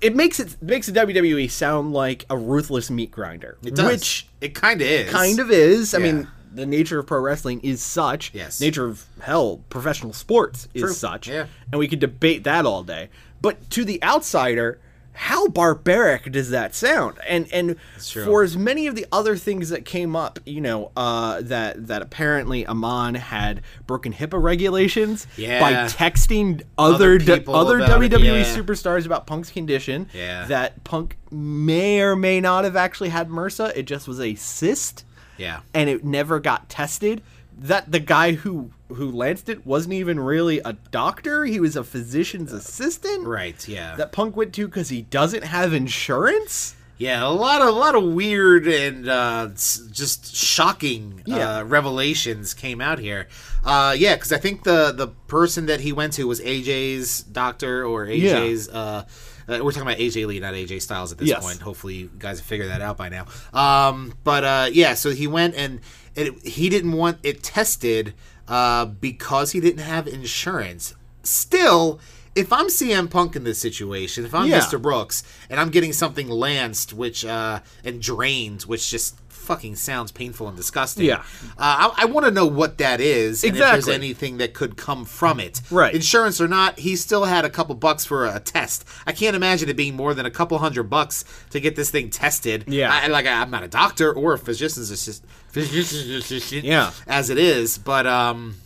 [SPEAKER 6] it makes it makes the wwe sound like a ruthless meat grinder
[SPEAKER 3] It does.
[SPEAKER 6] which
[SPEAKER 3] it kind of is.
[SPEAKER 6] kind of is i
[SPEAKER 3] Yeah.
[SPEAKER 6] mean the nature of pro wrestling is such
[SPEAKER 3] Yes.
[SPEAKER 6] nature of hell professional sports is
[SPEAKER 3] True.
[SPEAKER 6] such
[SPEAKER 3] Yeah.
[SPEAKER 6] and we could debate that all day but to the outsider how barbaric does that sound and and
[SPEAKER 3] true.
[SPEAKER 6] for as many of the other things that came up you know uh that that apparently amon had broken hipaa regulations by
[SPEAKER 3] Yeah.
[SPEAKER 6] texting other d-
[SPEAKER 3] people
[SPEAKER 6] other,
[SPEAKER 3] about it,
[SPEAKER 6] wwe
[SPEAKER 3] yeah.
[SPEAKER 6] superstars about punk's condition
[SPEAKER 3] Yeah.
[SPEAKER 6] that punk may or may not have actually had mrsa it just was a cyst
[SPEAKER 3] Yeah.
[SPEAKER 6] and it never got tested that the guy who who lanced it wasn't even really a doctor he was a physician's assistant
[SPEAKER 3] Uh, Right. Yeah.
[SPEAKER 6] that punk went to because he doesn't have insurance
[SPEAKER 3] Yeah, a lot of a lot of weird and uh, s- just shocking
[SPEAKER 6] Yeah.
[SPEAKER 3] uh, revelations came out here. Uh, yeah, because I think the the person that he went to was AJ's doctor or AJ's. Uh, uh, we're talking about AJ Lee, not AJ Styles at this
[SPEAKER 6] Yes.
[SPEAKER 3] point. Hopefully, you guys have figured that out by now. Um, but uh, yeah, so he went and it, he didn't want it tested uh, because he didn't have insurance. Still, if I'm CM Punk in this situation, if I'm
[SPEAKER 6] Yeah.
[SPEAKER 3] Mr. Brooks, and I'm getting something lanced, which uh, and drained, which just fucking sounds painful and disgusting.
[SPEAKER 6] Yeah.
[SPEAKER 3] uh, I, I want to know what that is, and if
[SPEAKER 6] Exactly.
[SPEAKER 3] there's anything that could come from it.
[SPEAKER 6] Right.
[SPEAKER 3] insurance or not, he still had a couple bucks for a test. I can't imagine it being more than a couple hundred bucks to get this thing tested.
[SPEAKER 6] Yeah.
[SPEAKER 3] I, like I, I'm not a doctor or a physician's assistant. Physician's assistant,
[SPEAKER 6] Yeah.
[SPEAKER 3] as it is, but um,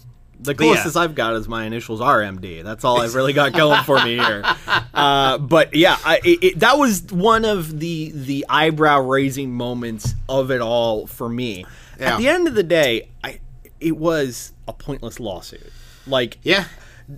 [SPEAKER 6] the
[SPEAKER 3] yeah.
[SPEAKER 6] closest I've got is my initials RMD. That's all I've really got going for me here. Uh, but yeah, I, it, it, that was one of the the eyebrow raising moments of it all for me.
[SPEAKER 3] Yeah.
[SPEAKER 6] At the end of the day, I it was a pointless lawsuit. Like
[SPEAKER 3] yeah,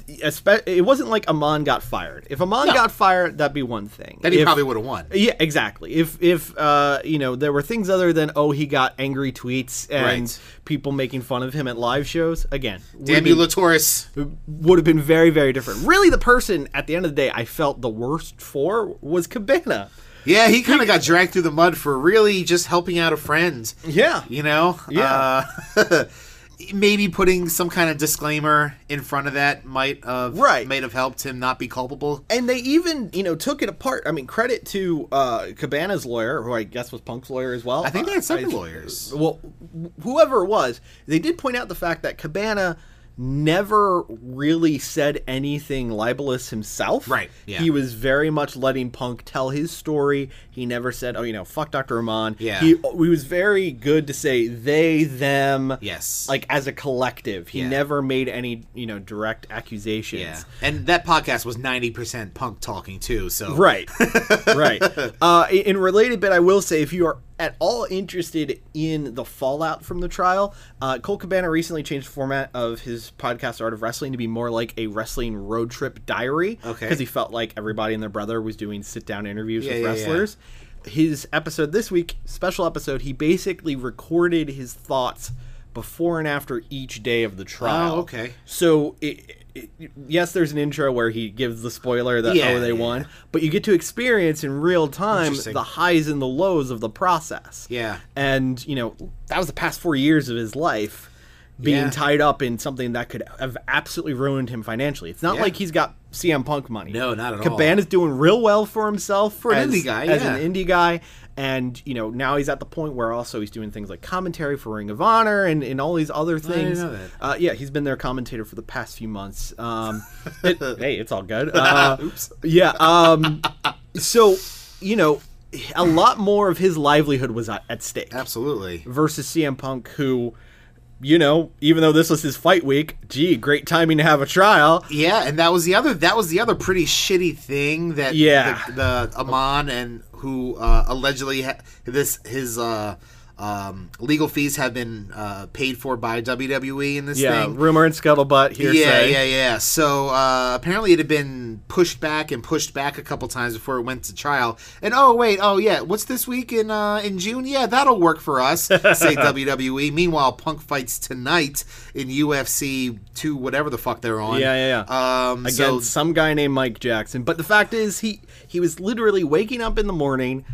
[SPEAKER 6] espe- it wasn't like Amon got fired. If Amon
[SPEAKER 3] No.
[SPEAKER 6] got fired, that'd be one thing.
[SPEAKER 3] that he
[SPEAKER 6] If-
[SPEAKER 3] probably would have won.
[SPEAKER 6] yeah, exactly. If if uh, you know there were things other than oh he got angry tweets and
[SPEAKER 3] Right.
[SPEAKER 6] people making fun of him at live shows again, would've
[SPEAKER 3] Damn you,
[SPEAKER 6] been-
[SPEAKER 3] Latoris.
[SPEAKER 6] would have been very, very different. Really, the person at the end of the day I felt the worst for was Cabana.
[SPEAKER 3] Yeah, he kind of got dragged through the mud for really just helping out a friend.
[SPEAKER 6] Yeah.
[SPEAKER 3] You know?
[SPEAKER 6] Yeah.
[SPEAKER 3] Uh, maybe putting some kind of disclaimer in front of that might have
[SPEAKER 6] Right.
[SPEAKER 3] might have helped him not be culpable.
[SPEAKER 6] And they even, you know, took it apart. I mean, credit to uh, Cabana's lawyer, who I guess was Punk's lawyer as well.
[SPEAKER 3] I think they
[SPEAKER 6] Uh,
[SPEAKER 3] had separate
[SPEAKER 6] I-
[SPEAKER 3] lawyers.
[SPEAKER 6] Well, wh- whoever it was, they did point out the fact that Cabana never really said anything libelous himself.
[SPEAKER 3] Right, yeah.
[SPEAKER 6] He was very much letting Punk tell his story. He never said, "Oh, you know, fuck Dr. Amon."
[SPEAKER 3] Yeah.
[SPEAKER 6] He, he was very good to say they, them.
[SPEAKER 3] Yes.
[SPEAKER 6] Like as a collective, he
[SPEAKER 3] Yeah.
[SPEAKER 6] never made any, you know, direct accusations.
[SPEAKER 3] Yeah. And that podcast was 90% punk talking, too. So.
[SPEAKER 6] Right, right. Uh, in- in related bit, I will say if you are at all interested in the fallout from the trial, uh, Cole Cabana recently changed the format of his podcast Art of Wrestling to be more like a wrestling road trip diary.
[SPEAKER 3] Okay.
[SPEAKER 6] because he felt like everybody and their brother was doing sit down interviews
[SPEAKER 3] Yeah,
[SPEAKER 6] with
[SPEAKER 3] yeah, yeah.
[SPEAKER 6] wrestlers. His episode this week, special episode, he basically recorded his thoughts before and after each day of the trial.
[SPEAKER 3] Oh, okay.
[SPEAKER 6] So it, it, yes, there's an intro where he gives the spoiler that
[SPEAKER 3] Yeah,
[SPEAKER 6] oh they
[SPEAKER 3] yeah.
[SPEAKER 6] won, but you get to experience in real time
[SPEAKER 3] Interesting.
[SPEAKER 6] the highs and the lows of the process.
[SPEAKER 3] Yeah.
[SPEAKER 6] and you know that was the past four years of his life, being
[SPEAKER 9] Yeah.
[SPEAKER 6] tied up in something that could have absolutely ruined him financially. It's not
[SPEAKER 3] Yeah.
[SPEAKER 6] like he's got CM Punk money.
[SPEAKER 3] No, not at all.
[SPEAKER 6] Caban is doing real well for himself for
[SPEAKER 3] an indie guy,
[SPEAKER 6] as
[SPEAKER 3] yeah.
[SPEAKER 6] an indie guy, and you know now he's at the point where also he's doing things like commentary for Ring of Honor and, and all these other things.
[SPEAKER 3] know that.
[SPEAKER 6] Uh, yeah, he's been their commentator for the past few months. Um, it- hey, it's all good. Uh, Oops. Yeah. Um, so you know, a lot more of his livelihood was at at stake
[SPEAKER 3] Absolutely.
[SPEAKER 6] versus CM Punk, who, you know, even though this was his fight week, gee, great timing to have a trial.
[SPEAKER 3] Yeah, and that was the other that was the other pretty shitty thing that
[SPEAKER 6] Yeah.
[SPEAKER 3] the, the Amon and who uh, allegedly ha- this his uh, um, legal fees have been uh, paid for by WWE in this
[SPEAKER 6] Yeah,
[SPEAKER 3] thing.
[SPEAKER 6] rumor and scuttlebutt hearsay.
[SPEAKER 3] Yeah, yeah, yeah. So uh, apparently it had been pushed back and pushed back a couple times before it went to trial. And oh wait, oh yeah, what's this week in uh, in June? Yeah, that'll work for us. Say WWE. Meanwhile, Punk fights tonight in UFC two, whatever the fuck they're on.
[SPEAKER 6] Yeah, yeah, yeah.
[SPEAKER 3] Um,
[SPEAKER 6] Against
[SPEAKER 3] so
[SPEAKER 6] some guy named Mike Jackson. But the fact is, he he was literally waking up in the morning,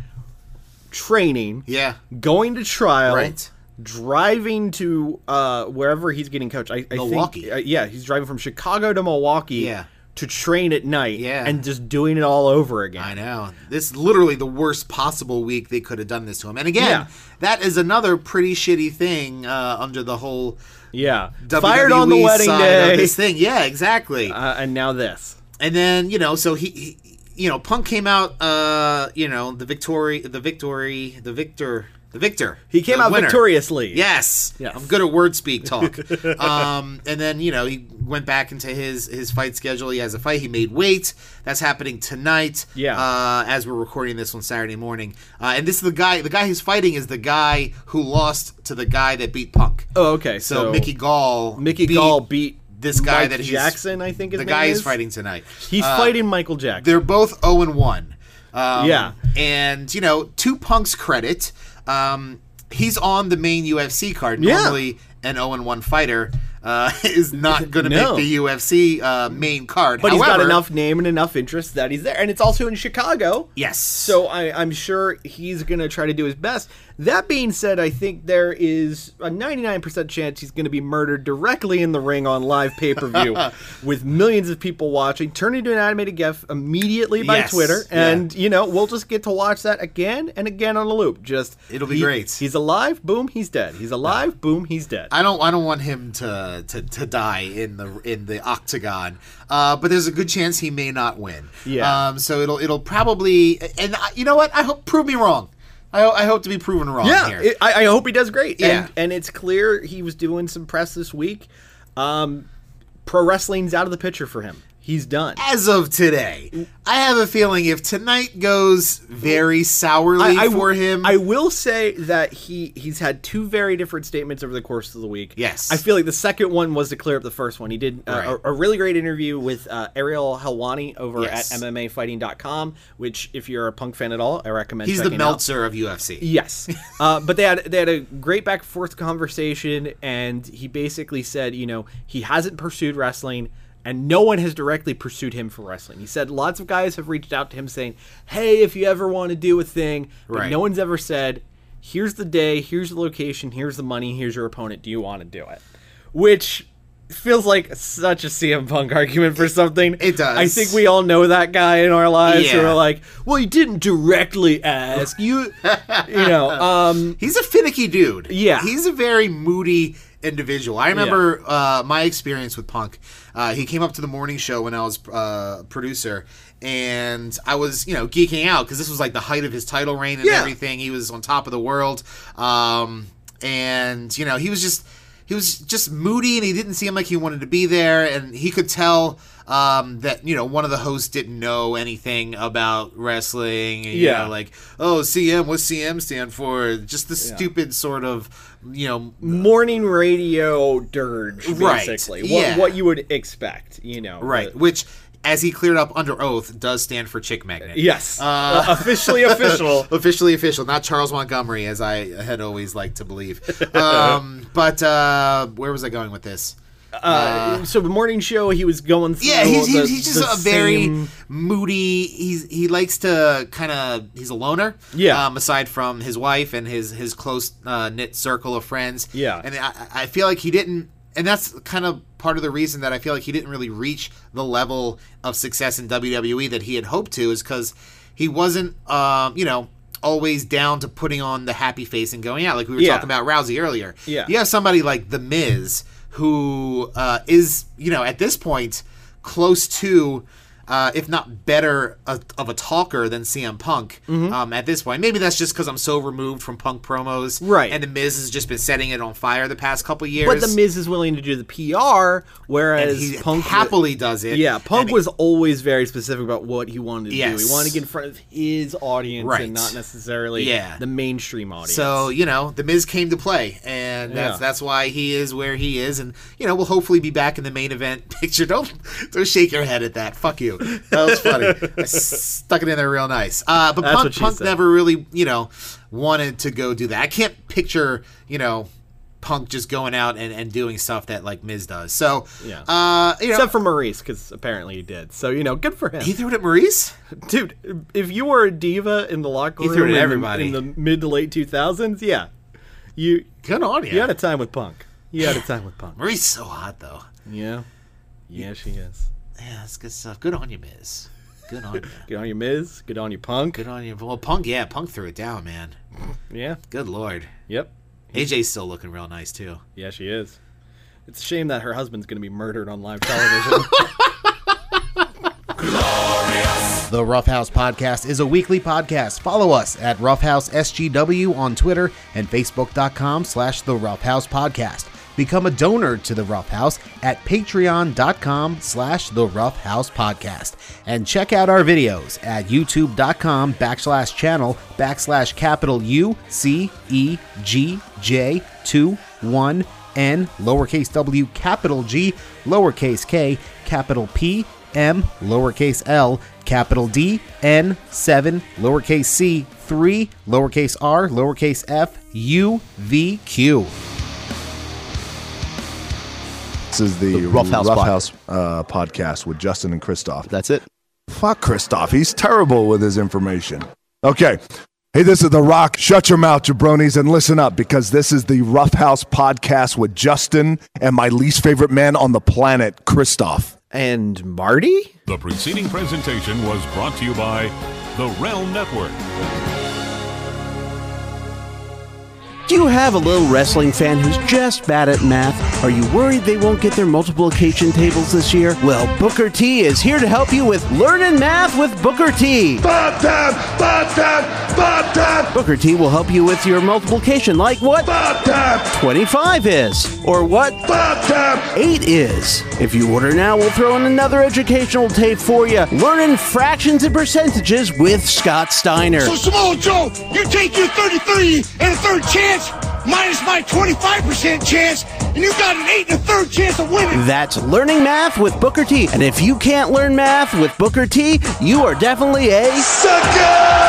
[SPEAKER 6] training,
[SPEAKER 3] yeah,
[SPEAKER 6] going to trial,
[SPEAKER 3] Right.
[SPEAKER 6] driving to uh, wherever he's getting coached. I, I think-
[SPEAKER 3] Milwaukee.
[SPEAKER 6] uh, yeah, he's driving from Chicago to Milwaukee.
[SPEAKER 3] Yeah.
[SPEAKER 6] To train at night
[SPEAKER 3] Yeah.
[SPEAKER 6] and just doing it all over again.
[SPEAKER 3] I know. This is literally the worst possible week they could have done this to him. And again,
[SPEAKER 6] Yeah.
[SPEAKER 3] that is another pretty shitty thing uh, under the whole
[SPEAKER 6] Yeah.
[SPEAKER 3] WWE
[SPEAKER 6] Fired on the wedding
[SPEAKER 3] E side
[SPEAKER 6] day.
[SPEAKER 3] of this thing. Yeah, exactly.
[SPEAKER 6] uh, and now this.
[SPEAKER 3] and then you know so he, he you know punk came out uh you know the victory the victory the victor the victor
[SPEAKER 6] He came
[SPEAKER 3] the
[SPEAKER 6] out
[SPEAKER 3] winner.
[SPEAKER 6] victoriously.
[SPEAKER 3] yes
[SPEAKER 6] Yes.
[SPEAKER 3] i'm good at word speak talk um and then you know he went back into his his fight schedule he has a fight he made weight that's happening tonight
[SPEAKER 6] Yeah.
[SPEAKER 3] uh as we're recording this on saturday morning uh and this is the guy the guy who's fighting is the guy who lost to the guy that beat punk
[SPEAKER 6] Oh, okay. So,
[SPEAKER 3] so, mickey gall
[SPEAKER 6] Mickey Gall beat
[SPEAKER 3] this guy
[SPEAKER 6] Mike
[SPEAKER 3] that he's
[SPEAKER 6] Jackson, I think his
[SPEAKER 3] the
[SPEAKER 6] name
[SPEAKER 3] guy
[SPEAKER 6] is.
[SPEAKER 3] is fighting Uh, tonight
[SPEAKER 6] He's fighting Michael Jackson.
[SPEAKER 3] they're both 0 and 1. Um,
[SPEAKER 6] Yeah.
[SPEAKER 3] And, you know, to Punk's credit, um, he's on the main UFC card.
[SPEAKER 6] Yeah.
[SPEAKER 3] Normally, an 0 and 1 fighter uh, is not going to
[SPEAKER 6] No.
[SPEAKER 3] make the UFC uh, main card.
[SPEAKER 6] but he's got
[SPEAKER 3] However-
[SPEAKER 6] enough name and enough interest that he's there, and it's also in Chicago.
[SPEAKER 3] Yes.
[SPEAKER 6] So I, I'm sure he's gonna try to do his best. That being said, I think there is a 99% chance he's gonna be murdered directly in the ring on live pay per view, with millions of people watching, turn into an animated gif immediately by
[SPEAKER 3] Yes,
[SPEAKER 6] Twitter,
[SPEAKER 3] yeah.
[SPEAKER 6] and you know we'll just get to watch that again and again on a loop. Just
[SPEAKER 3] It'll be
[SPEAKER 6] he-
[SPEAKER 3] great.
[SPEAKER 6] He's alive, boom, he's dead. He's alive, boom, he's dead.
[SPEAKER 3] I don't I don't want him to, to, to die in the in the octagon. Uh, but there's a good chance he may not win.
[SPEAKER 6] Yeah.
[SPEAKER 3] Um, so it'll it'll probably and I, you know what? I hope prove me wrong. I, ho- I hope to be proven wrong
[SPEAKER 6] yeah,
[SPEAKER 3] here.
[SPEAKER 6] it- I, I hope he does great.
[SPEAKER 3] Yeah.
[SPEAKER 6] and, and it's clear he was doing some press this week. Um, pro wrestling's out of the picture for him. He's done.
[SPEAKER 3] as of today, I have a feeling if tonight goes very sourly for him,
[SPEAKER 6] I will say that he he's had two very different statements over the course of the week.
[SPEAKER 3] Yes.
[SPEAKER 6] I feel like the second one was to clear up the first one. He did uh,
[SPEAKER 3] Right.
[SPEAKER 6] a, a really great interview with uh, Ariel Helwani over
[SPEAKER 3] Yes.
[SPEAKER 6] at MMAfighting.com, which if you're a punk fan at all, I recommend.
[SPEAKER 3] he's the
[SPEAKER 6] checking out.
[SPEAKER 3] Meltzer of UFC.
[SPEAKER 6] Yes, uh, but they had they had a great back and forth conversation, and he basically said, you know, he hasn't pursued wrestling, and no one has directly pursued him for wrestling. He said lots of guys have reached out to him saying, "Hey, if you ever want to do a thing," but
[SPEAKER 3] Right.
[SPEAKER 6] no one's ever said, "Here's the day, here's the location, here's the money, here's your opponent. Do you want to do it?" Which feels like such a CM Punk argument for something.
[SPEAKER 3] It does.
[SPEAKER 6] I think we all know that guy in our lives. who
[SPEAKER 3] Yeah.
[SPEAKER 6] are like, well, you didn't directly ask. You, you know, um,
[SPEAKER 3] He's a finicky dude.
[SPEAKER 6] Yeah.
[SPEAKER 3] he's a very moody individual. I remember uh, my experience with Punk. Uh, he came up to the morning show when I was uh, producer, and I was you know geeking out because this was like the height of his title reign and
[SPEAKER 6] Yeah.
[SPEAKER 3] everything. He was on top of the world, um, and you know he was just. he was just moody and he didn't seem like he wanted to be there and he could tell um, that you know one of the hosts didn't know anything about wrestling and, you
[SPEAKER 6] Yeah.
[SPEAKER 3] know, like oh cm what's cm stand for just the stupid sort of you know
[SPEAKER 6] morning radio dirge,
[SPEAKER 3] Right,
[SPEAKER 6] basically.
[SPEAKER 3] yeah.
[SPEAKER 6] What, what you would expect, you know.
[SPEAKER 3] right
[SPEAKER 6] but-
[SPEAKER 3] which as he cleared up under oath does stand for chick magnet
[SPEAKER 6] yes. Uh, officially official.
[SPEAKER 3] officially official, not Charles Montgomery, as I had always liked to believe. Um, but uh, where was I going with this?
[SPEAKER 6] Uh, so the morning show, he was going through.
[SPEAKER 3] Yeah, he's, he's,
[SPEAKER 6] the-
[SPEAKER 3] he's
[SPEAKER 6] the
[SPEAKER 3] just a very
[SPEAKER 6] same-
[SPEAKER 3] moody. He's he likes to kind of he's a loner.
[SPEAKER 6] Yeah.
[SPEAKER 3] Um, aside from his wife and his his close uh, knit circle of friends.
[SPEAKER 6] Yeah.
[SPEAKER 3] And I, I feel like he didn't, and that's kind of part of the reason that I feel like he didn't really reach the level of success in WWE that he had hoped to is because he wasn't, um, you know. Always down to putting on the happy face and going out, like we were
[SPEAKER 6] Yeah.
[SPEAKER 3] talking about Rousey earlier.
[SPEAKER 6] Yeah.
[SPEAKER 3] You have somebody like The Miz, who uh, is, you know, at this point, close to, uh, if not better, a, of a talker than CM Punk
[SPEAKER 6] Mm-hmm.
[SPEAKER 3] um, at this point. Maybe that's just because I'm so removed from Punk promos.
[SPEAKER 6] Right.
[SPEAKER 3] And The Miz has just been setting it on fire the past couple years.
[SPEAKER 6] But the Miz is willing to do the PR,
[SPEAKER 3] and
[SPEAKER 6] whereas
[SPEAKER 3] he
[SPEAKER 6] Punk wa-
[SPEAKER 3] happily does it.
[SPEAKER 6] Yeah, Punk
[SPEAKER 3] And-
[SPEAKER 6] was always very specific about what he wanted to do.
[SPEAKER 3] Yes.
[SPEAKER 6] He wanted to get in front of his audience
[SPEAKER 3] Right.
[SPEAKER 6] and not necessarily
[SPEAKER 3] Yeah.
[SPEAKER 6] the mainstream audience.
[SPEAKER 3] So you know, the Miz came to play, and that's
[SPEAKER 6] Yeah.
[SPEAKER 3] that's why he is where he is, and you know, we'll hopefully be back in the main event picture. Don't don't shake your head at that. Fuck you. That was funny. I stuck it in there real nice. Uh, but
[SPEAKER 6] That's
[SPEAKER 3] Punk,
[SPEAKER 6] what she
[SPEAKER 3] Punk
[SPEAKER 6] said.
[SPEAKER 3] never really, you know, wanted to go do that. I can't picture, you know. Punk just going out and, and doing stuff that like Miz does. So,
[SPEAKER 6] Yeah.
[SPEAKER 3] uh, you know,
[SPEAKER 6] Except for Maurice, because apparently he did. So you know, good for him,
[SPEAKER 3] he threw it at Maurice.
[SPEAKER 6] dude. If you were a diva in the locker
[SPEAKER 3] He
[SPEAKER 6] room,
[SPEAKER 3] threw it at
[SPEAKER 6] in the-
[SPEAKER 3] everybody.
[SPEAKER 6] in the mid to late two thousands, yeah, you
[SPEAKER 3] Good on you.
[SPEAKER 6] you had a time with Punk. You had a time with Punk.
[SPEAKER 3] Maurice so hot though.
[SPEAKER 6] Yeah, yeah, she is.
[SPEAKER 3] Yeah, that's good stuff. Good on you, Miz. Good on you.
[SPEAKER 6] Good on your Miz. Good on your Punk.
[SPEAKER 3] Good on you. Well, Punk, yeah, Punk threw it down, man.
[SPEAKER 6] Yeah.
[SPEAKER 3] Good lord.
[SPEAKER 6] Yep.
[SPEAKER 3] AJ's still looking real nice too.
[SPEAKER 6] Yeah, she is. It's a shame that her husband's going to be murdered on live television.
[SPEAKER 7] The Roughhouse Podcast is a weekly podcast. Follow us at roughhousesgw on Twitter and facebook.com slash the Roughhouse Podcast. Become a donor to the Rough House at patreon.com slash the Rough House Podcast. And check out our videos at youtube.com backslash channel backslash capital U C E G J 2 1 N lowercase W capital G lowercase K capital P M lowercase L capital D N 7 lowercase C 3 lowercase R lowercase F U V Q.
[SPEAKER 8] This is the,
[SPEAKER 10] The Rough House
[SPEAKER 8] Roughhouse, uh, podcast with Justin and Christoph.
[SPEAKER 10] That's it.
[SPEAKER 8] Fuck Christoph. He's terrible with his information. Okay. Hey, this is The Rock. Shut your mouth, jabronis, and listen up because this is the Rough House podcast with Justin and my least favorite man on the planet, Christoph.
[SPEAKER 10] And Marty?
[SPEAKER 1] The preceding presentation was brought to you by the Realm Network.
[SPEAKER 11] Do you have a little wrestling fan who's just bad at math? Are you worried they won't get their multiplication tables this year? Well, Booker T is here to help you with learning math with Booker T. Booker T will help you with your multiplication, like what 25 is, or what 8 is. If you order now, we'll throw in another educational tape for you learning fractions and percentages with Scott Steiner.
[SPEAKER 4] Samoa Joe, you take your 33 and a third chance, minus my 25% chance, and you got an 8 and a third chance of winning.
[SPEAKER 11] That's Learning Math with Booker T. And if you can't learn math with Booker T, you are definitely a
[SPEAKER 4] Sucker!